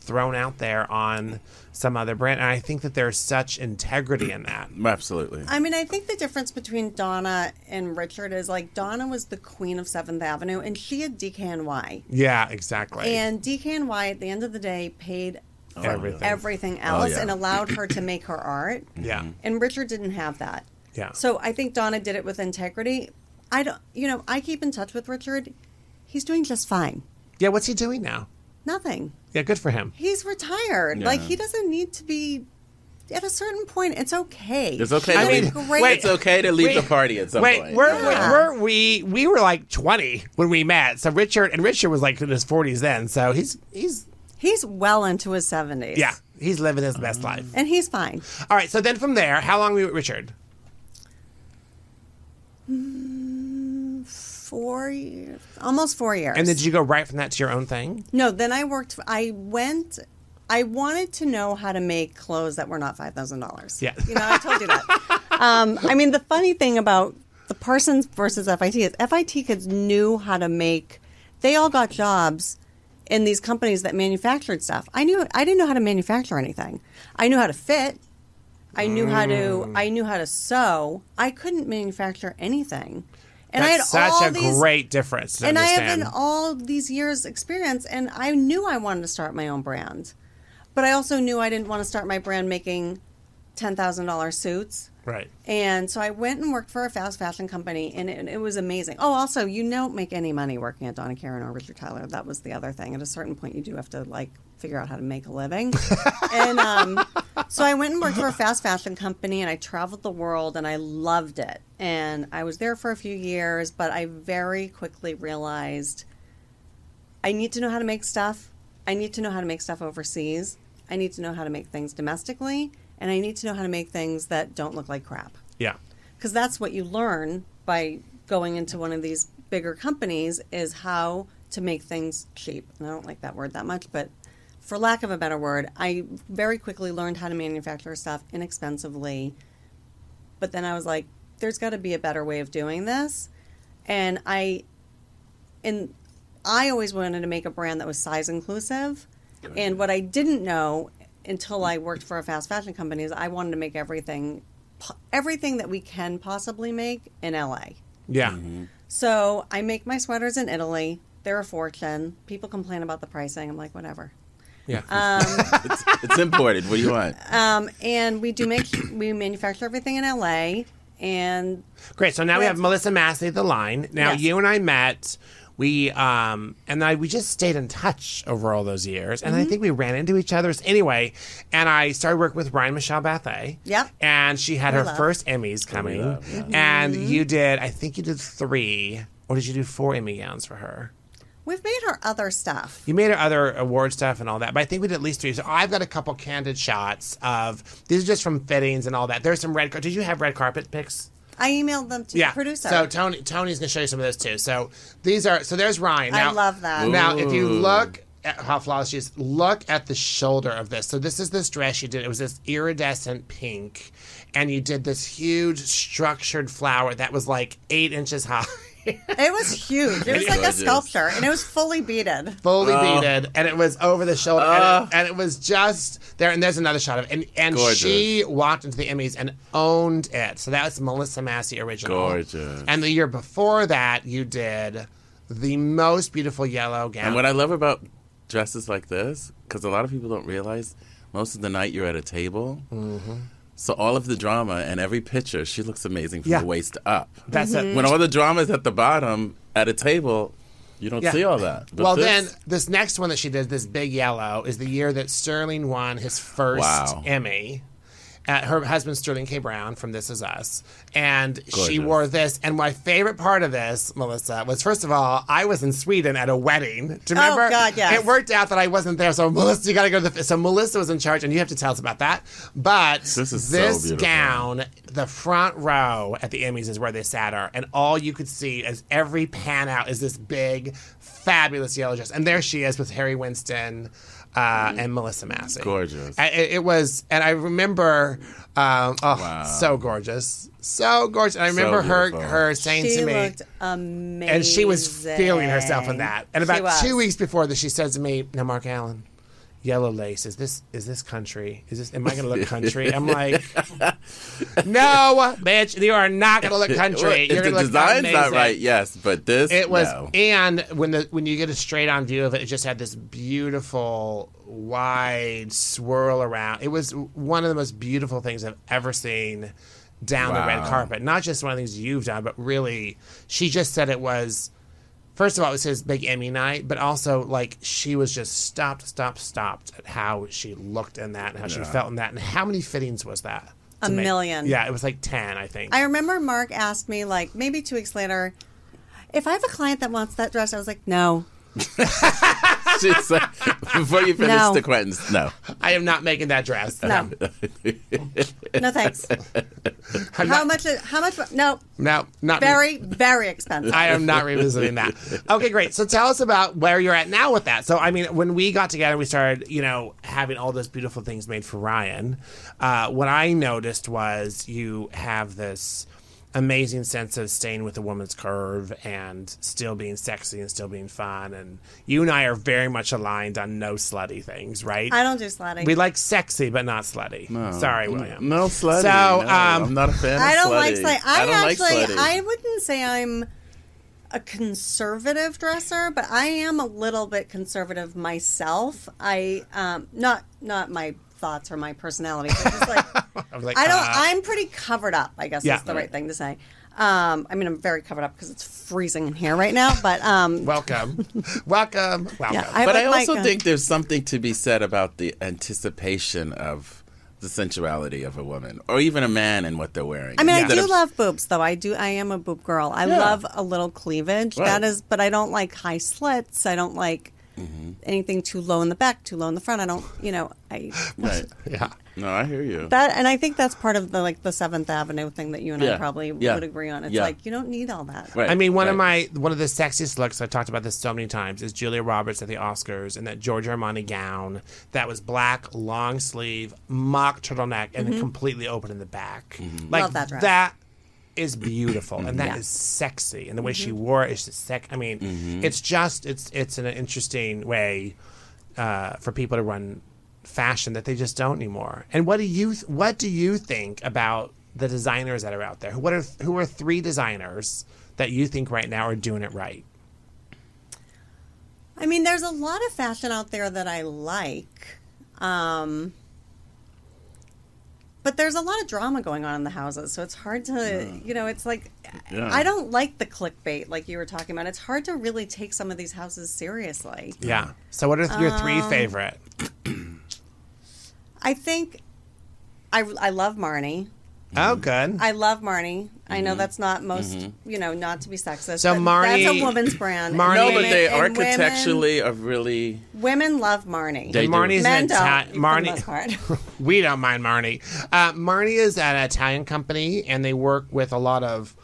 Speaker 1: thrown out there on some other brand. And I think that there's such integrity in that.
Speaker 2: Absolutely.
Speaker 3: I mean, I think the difference between Donna and Richard is like Donna was the queen of Seventh Avenue, and she had DKNY.
Speaker 1: Yeah, exactly.
Speaker 3: And DKNY, at the end of the day, paid
Speaker 1: Everything.
Speaker 3: everything else
Speaker 2: yeah.
Speaker 3: and allowed her to make her art.
Speaker 1: Oh, yeah.
Speaker 3: Mm-hmm. And Richard didn't have that.
Speaker 1: Yeah.
Speaker 3: So I think Donna did it with integrity. I don't, you know, I keep in touch with Richard. He's doing just fine.
Speaker 1: Yeah, what's he doing now?
Speaker 3: Nothing.
Speaker 1: Yeah, good for him.
Speaker 3: He's retired.
Speaker 2: Yeah.
Speaker 3: Like he doesn't need to be. At a certain point, it's okay.
Speaker 2: It's okay
Speaker 3: He's
Speaker 2: to leave.
Speaker 3: doing great.
Speaker 1: wait,
Speaker 2: It's okay to leave
Speaker 1: Wait.
Speaker 2: the party at some
Speaker 1: Wait,
Speaker 2: point.
Speaker 1: We're,
Speaker 3: Yeah.
Speaker 1: we're, weren't we we were like 20 when we met. So Richard and Richard was like in his 40s then. So he's he's
Speaker 3: He's well into his seventies.
Speaker 1: yeah, he's living his best life.
Speaker 3: and he's fine.
Speaker 1: All right, so then from there, how long were you with Richard?
Speaker 3: Four years, almost four years.
Speaker 1: And did you go right from that to your own thing?
Speaker 3: No, then I worked. I went. I wanted to know how to make clothes that were not five thousand dollars.
Speaker 1: Yeah.
Speaker 3: you know, I told you that. um, I mean, the funny thing about the Parsons versus FIT is FIT kids knew how to make. They all got jobs in these companies that manufactured stuff. I knew. I didn't know how to manufacture anything. I knew how to fit. I knew how
Speaker 1: Mm.
Speaker 3: to. I knew how to sew. I couldn't manufacture anything. And
Speaker 1: That's
Speaker 3: I had all
Speaker 1: such a
Speaker 3: these
Speaker 1: great difference. To
Speaker 3: and I have
Speaker 1: understand.
Speaker 3: an all these years experience, and I knew I wanted to start my own brand, but I also knew I didn't want to start my brand making ten thousand dollars suits.
Speaker 1: right.
Speaker 3: And so I went and worked for a fast fashion company, and it, it was amazing. Oh, also, you don't make any money working at Donna Karen or Richard Tyler. That was the other thing. At a certain point, you do have to like figure out how to make a living. and um, so I went and worked for a fast fashion company, and I traveled the world, and I loved it. And I was there for a few years, but I very quickly realized I need to know how to make stuff. I need to know how to make stuff overseas. I need to know how to make things domestically. And I need to know how to make things that don't look like crap.
Speaker 1: Yeah.
Speaker 3: Because that's what you learn by going into one of these bigger companies is how to make things cheap. And I don't like that word that much, but for lack of a better word, I very quickly learned how to manufacture stuff inexpensively. But then I was like, there's got to be a better way of doing this. And I and I always wanted to make a brand that was size inclusive. And what I didn't know until I worked for a fast fashion company is I wanted to make everything, po- everything that we can possibly make in LA.
Speaker 1: Yeah.
Speaker 3: So I make my sweaters in Italy. They're a fortune. People complain about the pricing. I'm like, whatever.
Speaker 1: Yeah.
Speaker 2: it's, it's imported. What do you want?
Speaker 1: Uh,
Speaker 3: Um, and we do make, we manufacture everything in LA. And
Speaker 1: Great. So now we
Speaker 3: Yes.
Speaker 1: have Melissa Massey at the line. Now
Speaker 3: Yes.
Speaker 1: you and I met. We um and I we just stayed in touch over all those years, and I
Speaker 3: Mm-hmm.
Speaker 1: think we ran into each other's anyway. And I started working with Ryan Michelle Bathay.
Speaker 3: Yep.
Speaker 1: And she had her
Speaker 3: love. Mm-hmm.
Speaker 1: first Emmys coming,
Speaker 2: love, yeah.
Speaker 1: and you did. I think you did three, or did you do four Emmy gowns for her?
Speaker 3: we've made our other stuff.
Speaker 1: You made other award stuff and all that, but I think we did at least three. So I've got a couple candid shots of these are just from fittings and all that. There's some red. car- Did you have red carpet pics?
Speaker 3: I emailed them to the producer.
Speaker 1: So Tony Tony's gonna show you some of those too. So these are so there's Ryan.
Speaker 3: I
Speaker 1: Now,
Speaker 3: love that.
Speaker 1: Now if you
Speaker 2: Ooh.
Speaker 1: look at how flawless she is, look at the shoulder of this. So this is this dress she did. It was this iridescent pink, and you did this huge structured flower that was like eight inches high.
Speaker 3: It was huge. It was
Speaker 2: It's
Speaker 3: like a
Speaker 2: gorgeous.
Speaker 3: sculpture, and it was fully beaded.
Speaker 1: Fully
Speaker 2: Oh.
Speaker 1: beaded, and it was over the shoulder, and, it, and it was just there. And there's another shot of it, and and
Speaker 2: Gorgeous.
Speaker 1: she walked into the Emmys and owned it. So that was Melissa Massey original.
Speaker 2: Gorgeous.
Speaker 1: And the year before that, you did the most beautiful yellow gown.
Speaker 2: And what I love about dresses like this, because a lot of people don't realize, most of the night you're at a table.
Speaker 1: Mm-hmm.
Speaker 2: So all of the drama and every picture, she looks amazing from
Speaker 1: Yeah.
Speaker 2: the waist up.
Speaker 1: That's it.
Speaker 2: when all the drama's at the bottom at a table, you don't
Speaker 1: Yeah.
Speaker 2: see all that. But
Speaker 1: well,
Speaker 2: this-
Speaker 1: then this next one that she did, this big yellow, is the year that Sterling won his first
Speaker 2: Wow.
Speaker 1: Emmy. Uh, her husband Sterling K. Brown from This Is Us, and she
Speaker 2: Gorgeous.
Speaker 1: wore this. And my favorite part of this, Melissa, was first of all, I was in Sweden at a wedding. Do you remember?
Speaker 3: Oh, God, yes.
Speaker 1: It worked out that I wasn't there, so Melissa, you got to go to the. So Melissa was in charge, and you have to tell us about that. But
Speaker 2: This is so beautiful.
Speaker 1: gown, the front row at the Emmys is where they sat her, and all you could see as every pan out is this big, fabulous yellow dress, and there she is with Harry Winston uh, and Melissa Massey.
Speaker 2: Mm-hmm. Gorgeous.
Speaker 1: I, it, it was, and I remember, um, oh, so gorgeous, so gorgeous. And I remember her
Speaker 2: beautiful.
Speaker 1: her saying
Speaker 3: She
Speaker 1: to me,
Speaker 3: looked amazing.
Speaker 1: and she was feeling herself in that. And
Speaker 3: She
Speaker 1: about
Speaker 3: was.
Speaker 1: two weeks before this, she says to me, "Now, Mark Allen, yellow lace is this is this country? Is this am I going to look country?" I'm like, "No, bitch, you are not going to look
Speaker 2: Well,
Speaker 1: country.
Speaker 2: if
Speaker 1: You're
Speaker 2: the
Speaker 1: going to look
Speaker 2: design's
Speaker 1: amazing."
Speaker 2: not right, yes, but this
Speaker 1: It was,
Speaker 2: no.
Speaker 1: and when the when you get a straight on view of it, it just had this beautiful wide swirl around. It was one of the most beautiful things I've ever seen. down the red
Speaker 2: Wow.
Speaker 1: carpet. Not just one of the things you've done, but really, she just said it was. First of all, it was his big Emmy night, but also like she was just stopped, stopped, stopped at how she looked in that, and how she felt in that, and how many fittings was that?
Speaker 3: A
Speaker 1: to make?
Speaker 3: million.
Speaker 1: Yeah, it was like ten, I think.
Speaker 3: I remember Mark asked me like maybe two weeks later, if I have a client that wants that dress. I was like, no,
Speaker 2: She's like, before you finish
Speaker 3: No.
Speaker 2: the questions, no.
Speaker 1: I am not making that dress.
Speaker 3: no, no, thanks.
Speaker 1: I'm
Speaker 3: How
Speaker 1: not-
Speaker 3: much? is- How much? No,
Speaker 1: No, not me.
Speaker 3: very, very expensive.
Speaker 1: I am not revisiting that. Okay, great. So tell us about where you're at now with that. So I mean, when we got together, we started, you know, having all those beautiful things made for Ryan. Uh, what I noticed was you have this amazing sense of staying with a woman's curve and still being sexy and still being fun. And you and I are very much aligned on no slutty things, right?
Speaker 3: I don't do slutty.
Speaker 1: we like sexy, but not slutty. Sorry, William.
Speaker 2: No slutty.
Speaker 1: So,
Speaker 2: no,
Speaker 1: um,
Speaker 2: I'm not a fan
Speaker 3: I
Speaker 2: of
Speaker 3: don't
Speaker 2: slutty.
Speaker 3: like slutty. I,
Speaker 2: don't
Speaker 3: actually,
Speaker 2: like slutty.
Speaker 3: I wouldn't say I'm a conservative dresser, but I am a little bit conservative myself. I um, not not my thoughts or my personality. But just like,
Speaker 1: I was like,
Speaker 3: I don't.
Speaker 1: uh,
Speaker 3: I'm pretty covered up. I guess
Speaker 1: Yeah.
Speaker 3: is the right thing to say. Um, I mean, I'm very covered up because it's freezing in here right now. But um,
Speaker 1: welcome, welcome, welcome.
Speaker 3: yeah, I
Speaker 2: but
Speaker 3: like
Speaker 2: I also
Speaker 3: my,
Speaker 2: think there's something to be said about the anticipation of the sensuality of a woman or even a man and what they're wearing.
Speaker 3: I mean, I
Speaker 2: Instead
Speaker 3: do
Speaker 2: of-
Speaker 3: love boobs, though. I do. I am a boob girl. I
Speaker 2: Yeah.
Speaker 3: love a little cleavage.
Speaker 2: Right.
Speaker 3: That is, but I don't like high slits. I don't like
Speaker 2: Mm-hmm.
Speaker 3: anything too low in the back, too low in the front. I don't. You know, I
Speaker 2: Right.
Speaker 1: yeah.
Speaker 2: No, I hear you.
Speaker 3: that, and I think that's part of the like the Seventh Avenue thing that you and I
Speaker 2: Yeah.
Speaker 3: probably
Speaker 2: Yeah.
Speaker 3: would agree on. It's
Speaker 2: Yeah.
Speaker 3: like you don't need all that.
Speaker 2: Right,
Speaker 1: I mean, one of
Speaker 2: right.
Speaker 1: my one of the sexiest looks I've talked about this so many times is Julia Roberts at the Oscars in that Giorgio Armani gown that was black, long sleeve, mock turtleneck, and
Speaker 2: Mm-hmm.
Speaker 1: then completely open in the back. Like
Speaker 3: Love that dress.
Speaker 1: that is beautiful and that is
Speaker 3: Yeah. Mm-hmm.
Speaker 1: sexy, and the way she wore it is just sec. I mean, it's just it's it's an interesting way uh, for people to run fashion that they just don't anymore. And what do you th- what do you think about the designers that are out there? What are who are three designers that you think right now are doing it right?
Speaker 3: I mean, there's a lot of fashion out there that I like. Um, but there's a lot of drama going on in the houses, so it's hard to, you know, it's like
Speaker 2: Yeah.
Speaker 3: I don't like the clickbait like you were talking about. It's hard to really take some of these houses seriously.
Speaker 1: Yeah. So what are th- your three
Speaker 3: Um,
Speaker 1: favorite?
Speaker 3: I think I I love Marnie.
Speaker 1: Oh, good.
Speaker 3: I love Marnie. I know that's not most, you know, not to be sexist.
Speaker 1: So
Speaker 3: but that's
Speaker 1: Marnie-
Speaker 3: a woman's brand.
Speaker 1: Marnie-
Speaker 2: No, but
Speaker 1: women
Speaker 2: they
Speaker 3: and women-
Speaker 2: architecturally are really.
Speaker 3: women, love Marnie.
Speaker 2: They-
Speaker 1: And Marnie's an
Speaker 3: Men don't.
Speaker 1: Italian.
Speaker 3: for the most
Speaker 1: Marnie,
Speaker 3: part.
Speaker 1: we don't mind Marnie. Uh, Marnie is an Italian company, and they work with a lot of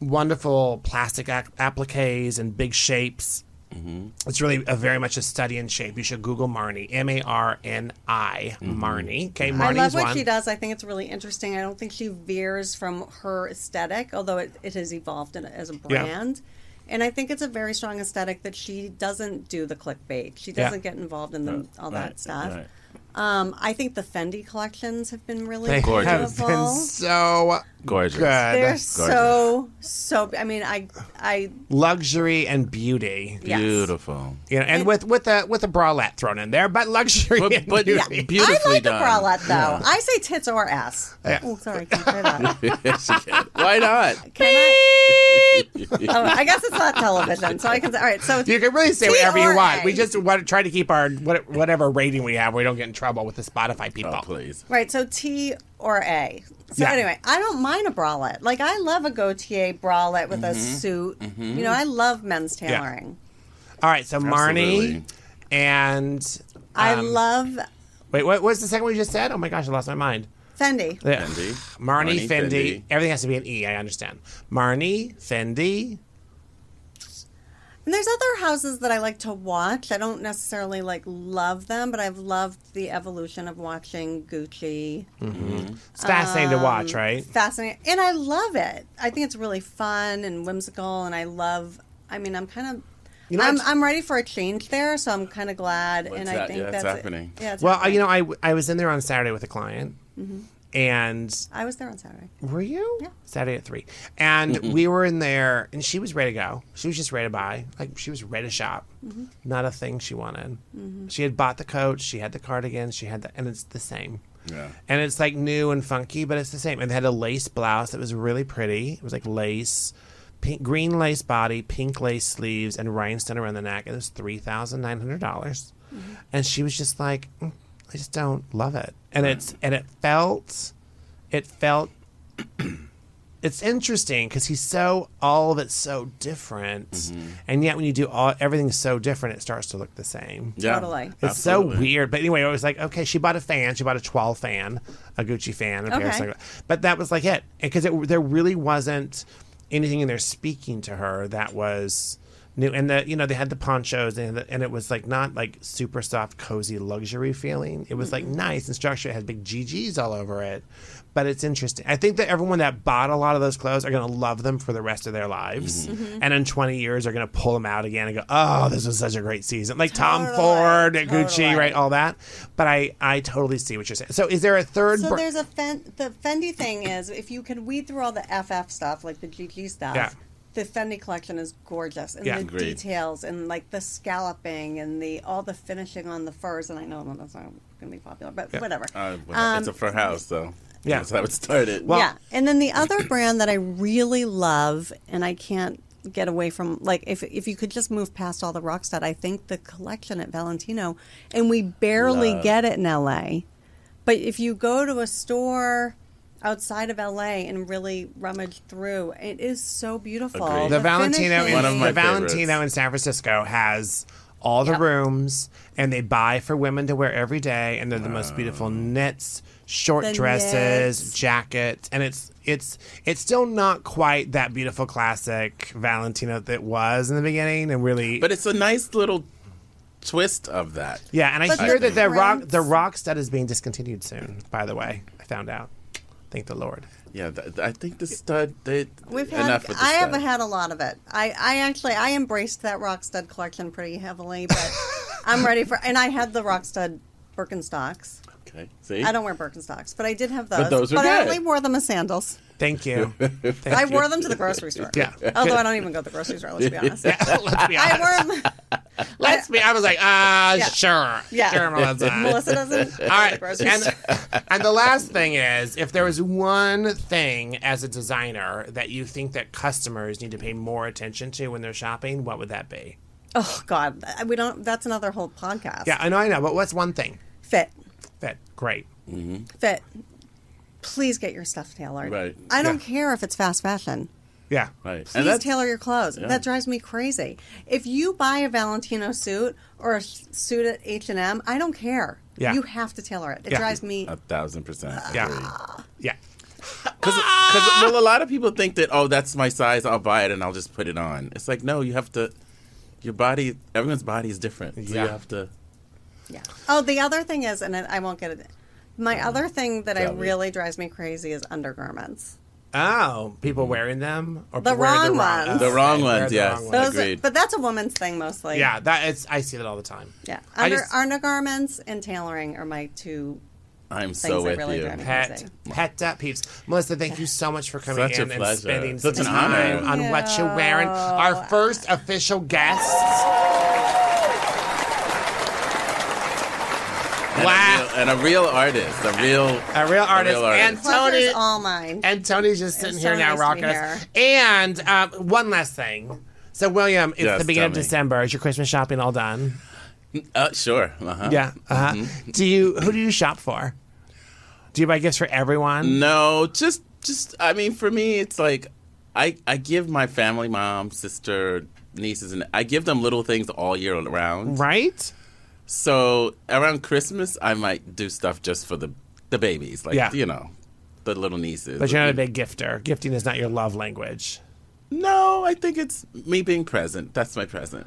Speaker 1: wonderful plastic ac- appliques and big shapes.
Speaker 2: Mm-hmm.
Speaker 1: It's really a, very much a study in shape. You should Google Marnie, M A R N I,
Speaker 2: Mm-hmm.
Speaker 1: Marnie. Okay, Marnie's
Speaker 3: I love what
Speaker 1: one.
Speaker 3: she does. I think it's really interesting. I don't think she veers from her aesthetic, although it, it has evolved in, as a brand. And I think it's a very strong aesthetic that she doesn't do the clickbait. She
Speaker 1: Yeah.
Speaker 3: doesn't get involved in the, Mm, all
Speaker 2: right,
Speaker 3: that stuff.
Speaker 2: right.
Speaker 3: Um, I think the Fendi collections have been really
Speaker 1: They
Speaker 3: beautiful.
Speaker 2: Gorgeous.
Speaker 1: have been so
Speaker 2: Gorgeous.
Speaker 1: good.
Speaker 3: They're so so. I mean, I I
Speaker 1: Luxury and beauty.
Speaker 3: yes.
Speaker 2: Beautiful.
Speaker 1: You know, and with with a with a bralette thrown in there, but luxury.
Speaker 2: But-
Speaker 1: and
Speaker 2: but-
Speaker 1: beauty.
Speaker 2: yeah.
Speaker 3: I
Speaker 2: Beautifully
Speaker 3: like
Speaker 2: done.
Speaker 3: a bralette though.
Speaker 2: Yeah.
Speaker 3: I say tits or ass. Oh, sorry, can't say that.
Speaker 2: Why not?
Speaker 3: Can I? oh, I guess it's not television, so I can. All right, so it's
Speaker 1: You can really say whatever you want. We
Speaker 3: TRA.
Speaker 1: just want to try to keep our what, whatever rating we have. We don't get in trouble with the Spotify people.
Speaker 2: Oh, please.
Speaker 3: right. So T or A. So
Speaker 1: Yeah.
Speaker 3: anyway, I don't mind a bralette. Like I love a goatee bralette with
Speaker 1: Mm-hmm.
Speaker 3: a suit. You know, I love men's tailoring.
Speaker 1: All right, so Marnie
Speaker 2: Absolutely.
Speaker 1: and
Speaker 3: I
Speaker 1: um,
Speaker 3: love
Speaker 1: Wait, what was the second one you just said? Oh my gosh, I lost my mind.
Speaker 3: Fendi.
Speaker 1: Yeah.
Speaker 2: Fendi.
Speaker 1: Marnie,
Speaker 2: Marnie,
Speaker 1: Fendi.
Speaker 2: Fendi.
Speaker 1: Everything has to be an E. I understand. Marnie, Fendi.
Speaker 3: And there's other houses that I like to watch. I don't necessarily like love them, but I've loved the evolution of watching Gucci.
Speaker 1: Mm-hmm. It's fascinating to watch, right?
Speaker 3: Fascinating, and I love it. I think it's really fun and whimsical, and I love. I mean, I'm kind of.
Speaker 1: You know,
Speaker 3: I'm,
Speaker 1: it's-
Speaker 3: I'm ready for a change there, so I'm kind of glad, and I
Speaker 2: hap-
Speaker 3: think
Speaker 2: yeah, it's
Speaker 3: that's
Speaker 2: happening.
Speaker 3: It. Yeah, it's
Speaker 1: Well, I-
Speaker 3: happening.
Speaker 1: you know, I, w- I was in there on Saturday with a client, and
Speaker 3: I was there on Saturday.
Speaker 1: Were you? Yeah. Saturday at three. And we were in there and she was ready to go. She was just ready to buy. Like she was ready to shop. Not a thing she wanted. She had bought the coat, she had the cardigan, she had the and it's the same.
Speaker 2: Yeah.
Speaker 1: And it's like new and funky, but it's the same. And they had a lace blouse that was really pretty. It was like lace, pink, green lace body, pink lace sleeves, and rhinestone around the neck. It was three thousand nine hundred dollars, and she was just like, "Mm, I just don't love it. And it's and it felt, it felt. It's interesting because he's so all of it's so different, and yet when you do all everything's so different, it starts to look the same.
Speaker 2: Yeah.
Speaker 3: Totally.
Speaker 1: It's
Speaker 2: Absolutely.
Speaker 1: so weird. But anyway, I was like, okay, she bought a fan. She bought a 12 fan, a Gucci fan. A pair of
Speaker 3: Okay.
Speaker 1: sunglasses. But that was like it. Because it, there really wasn't anything in there speaking to her that was new. And, the, you know, they had the ponchos and, the, and it was like not like super soft, cozy, luxury feeling. It was like nice and structured. It had big GGs all over it. But it's interesting. I think that everyone that bought a lot of those clothes are going to love them for the rest of their lives. And in 20 years, they're going to pull them out again and go, oh, this was such a great season. Like Tom
Speaker 3: Totally,
Speaker 1: Ford at Gucci,
Speaker 3: totally.
Speaker 1: right? All that. But I, I totally see what you're saying. So is there a third?
Speaker 3: So
Speaker 1: br-
Speaker 3: there's a Fen- the Fendi thing is if you can weed through all the FF stuff like the GG stuff.
Speaker 1: Yeah.
Speaker 3: The Fendi collection is gorgeous, and
Speaker 1: Yeah.
Speaker 3: the
Speaker 2: Agreed.
Speaker 3: details, and like the scalloping, and the all the finishing on the furs. And I know that's not going to be popular, but whatever.
Speaker 2: Uh, well, it's a fur house, though.
Speaker 1: Yeah.
Speaker 2: That's how it started.
Speaker 3: yeah. And then the other brand that I really love and I can't get away from like if if you could just move past all the Rockstead, I think the collection at Valentino and we barely
Speaker 2: Love.
Speaker 3: get it in LA. But if you go to a store outside of LA and really rummage through, it is so beautiful.
Speaker 2: Agreed.
Speaker 1: the Valentino,
Speaker 3: finishing-
Speaker 1: in,
Speaker 2: One of my
Speaker 1: the Valentino
Speaker 2: favorites.
Speaker 1: in San Francisco has all the rooms, and they buy for women to wear every day, and they're the most
Speaker 2: Oh.
Speaker 1: beautiful knits, short
Speaker 3: The
Speaker 1: dresses,
Speaker 3: knits.
Speaker 1: jackets, and it's it's it's still not quite that beautiful classic Valentino that was in the beginning, and really,
Speaker 2: But it's a nice little twist of that.
Speaker 1: yeah. And I
Speaker 3: But
Speaker 1: hear
Speaker 3: the
Speaker 1: that the rock
Speaker 3: prints-
Speaker 1: the Rockstead is being discontinued soon. By the way, I found out. Thank the Lord.
Speaker 2: Yeah, th- th- I think the stud. They,
Speaker 3: We've had.
Speaker 2: enough with the
Speaker 3: I
Speaker 2: stud.
Speaker 3: have had a lot of it. I, I actually I embraced that Rockstud collection pretty heavily, but I'm ready for. And I had the Rockstud Birkenstocks.
Speaker 2: Okay. See.
Speaker 3: I don't wear Birkenstocks, but I did have those.
Speaker 2: But those are
Speaker 3: I
Speaker 2: good.
Speaker 3: only wore them as sandals.
Speaker 1: Thank you. Thank
Speaker 3: I
Speaker 1: you.
Speaker 3: wore them to the grocery store.
Speaker 1: Yeah.
Speaker 3: Although I don't even go to the grocery store. Let's be honest.
Speaker 1: Let's be honest.
Speaker 3: I wore them.
Speaker 1: Let's be. I was like, ah,
Speaker 3: Yeah.
Speaker 1: sure,
Speaker 3: Yeah.
Speaker 1: sure, Melissa.
Speaker 3: Melissa doesn't.
Speaker 1: All
Speaker 3: go to the
Speaker 1: right,
Speaker 3: grocery
Speaker 1: and,
Speaker 3: store.
Speaker 1: and the last thing is, if there was one thing as a designer that you think that customers need to pay more attention to when they're shopping, what would that be?
Speaker 3: Oh God, we don't. That's another whole podcast.
Speaker 1: Yeah, I know, I know, but what's one thing?
Speaker 3: Fit.
Speaker 1: Fit, great.
Speaker 3: Fit. Please get your stuff tailored.
Speaker 2: Right.
Speaker 3: I don't
Speaker 1: Yeah.
Speaker 3: care if it's fast fashion.
Speaker 1: Yeah,
Speaker 2: Right.
Speaker 3: Please tailor your clothes.
Speaker 2: Yeah.
Speaker 3: That drives me crazy. If you buy a Valentino suit or a s- suit at H and M, I don't care.
Speaker 1: Yeah.
Speaker 3: You have to tailor it. It
Speaker 1: Yeah.
Speaker 3: drives me. Uh,
Speaker 2: a thousand percent.
Speaker 1: Yeah. yeah.
Speaker 2: Because well, a lot of people think that oh, that's my size. I'll buy it and I'll just put it on. It's like no, you have to. Your body, everyone's body is different. So
Speaker 1: Yeah.
Speaker 2: you have to.
Speaker 3: Yeah. Oh, the other thing is, and I won't get it. My other thing that I
Speaker 2: Tell me.
Speaker 3: really drives me crazy is undergarments.
Speaker 1: Oh, people wearing them or
Speaker 3: The
Speaker 1: wearing
Speaker 3: wrong ones.
Speaker 2: Mm-hmm. The wrong
Speaker 1: Wear
Speaker 2: ones,
Speaker 1: the
Speaker 2: yes.
Speaker 1: wrong
Speaker 2: Those-
Speaker 1: ones.
Speaker 2: Agreed.
Speaker 3: but that's a woman's thing mostly.
Speaker 1: Yeah, that is. I see that all the time.
Speaker 3: Yeah.
Speaker 1: I
Speaker 3: Under
Speaker 1: just-
Speaker 3: undergarments and tailoring are my two.
Speaker 2: I'm
Speaker 3: that
Speaker 2: so with
Speaker 3: really
Speaker 2: you.
Speaker 3: drive me
Speaker 1: pet
Speaker 3: Amazing.
Speaker 1: pet that peeps. Melissa, thank you so much for coming
Speaker 2: Such a
Speaker 1: in and
Speaker 2: pleasure.
Speaker 1: spending
Speaker 2: Such
Speaker 1: some
Speaker 2: an
Speaker 1: time
Speaker 2: honor.
Speaker 1: on what you're wearing. Our first official guest.
Speaker 2: And
Speaker 1: Wow.
Speaker 2: A real, and a real artist, a real,
Speaker 1: A real artist, and Tony.
Speaker 3: Pleasure's all mine.
Speaker 1: And Tony's just sitting
Speaker 3: It's
Speaker 1: here
Speaker 3: so
Speaker 1: now
Speaker 3: nice to
Speaker 1: rocking
Speaker 3: be
Speaker 1: us. And um, one last thing. So William, it's
Speaker 2: Yes,
Speaker 1: the beginning of
Speaker 2: tell me.
Speaker 1: December. Is your Christmas shopping all done?
Speaker 2: uh, sure, uh-huh.
Speaker 1: Yeah. Uh-huh. Do you who do you shop for? Do you buy gifts for
Speaker 2: Mm.
Speaker 1: everyone?
Speaker 2: No, just just I mean for me it's like I I give my family, mom, sister, nieces and I give them little things all year round.
Speaker 1: Right?
Speaker 2: So around Christmas I might do stuff just for the the babies, like
Speaker 1: Yeah.
Speaker 2: you know, the little nieces.
Speaker 1: But you're not a big gifter. Gifting is not your love language.
Speaker 2: No, I think it's me being present. That's my present.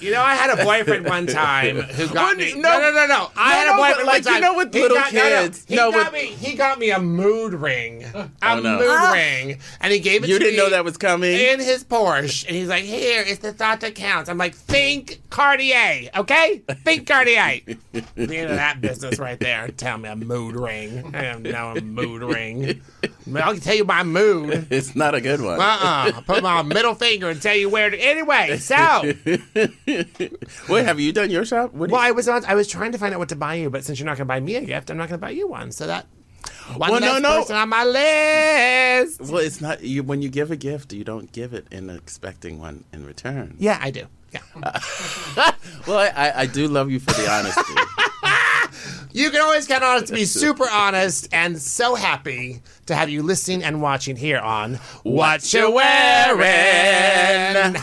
Speaker 1: You know, I had a boyfriend one time who got
Speaker 2: Well,
Speaker 1: me.
Speaker 2: no.
Speaker 1: No, no, no, no. I
Speaker 2: No,
Speaker 1: had a
Speaker 2: no, but,
Speaker 1: boyfriend
Speaker 2: like,
Speaker 1: one
Speaker 2: you
Speaker 1: time.
Speaker 2: know, with
Speaker 1: He
Speaker 2: little
Speaker 1: got- no, no.
Speaker 2: kids.
Speaker 1: He
Speaker 2: No,
Speaker 1: got
Speaker 2: with- Oh,
Speaker 1: me. He got me a mood ring. A
Speaker 2: no.
Speaker 1: mood
Speaker 3: Ah.
Speaker 1: ring, and he gave it.
Speaker 2: You
Speaker 1: to
Speaker 2: didn't
Speaker 1: me
Speaker 2: know that was coming?
Speaker 1: in his Porsche, and he's like, "Here, it's the thought that counts." I'm like, "Think Cartier, okay? Think Cartier." the end of that business right there. Tell me a mood ring. I have no mood ring. I'll tell you my mood.
Speaker 2: It's not a good one.
Speaker 1: Uh-uh. I put my middle finger and tell you where to. Anyway, so
Speaker 2: Wait, have you done your shop? What do
Speaker 1: Well,
Speaker 2: you-
Speaker 1: I was on, I was trying to find out what to buy you, but since you're not going to buy me a gift, I'm not going to buy you one. So that one
Speaker 2: Well, no,
Speaker 1: less
Speaker 2: no.
Speaker 1: person on my list.
Speaker 2: well, it's not you. When you give a gift, you don't give it in expecting one in return.
Speaker 1: Yeah, I do. Yeah,
Speaker 2: Well, I, I, I do love you for the honesty.
Speaker 1: you can always count on us to be super honest and so happy to have you listening and watching here on What You Wearing.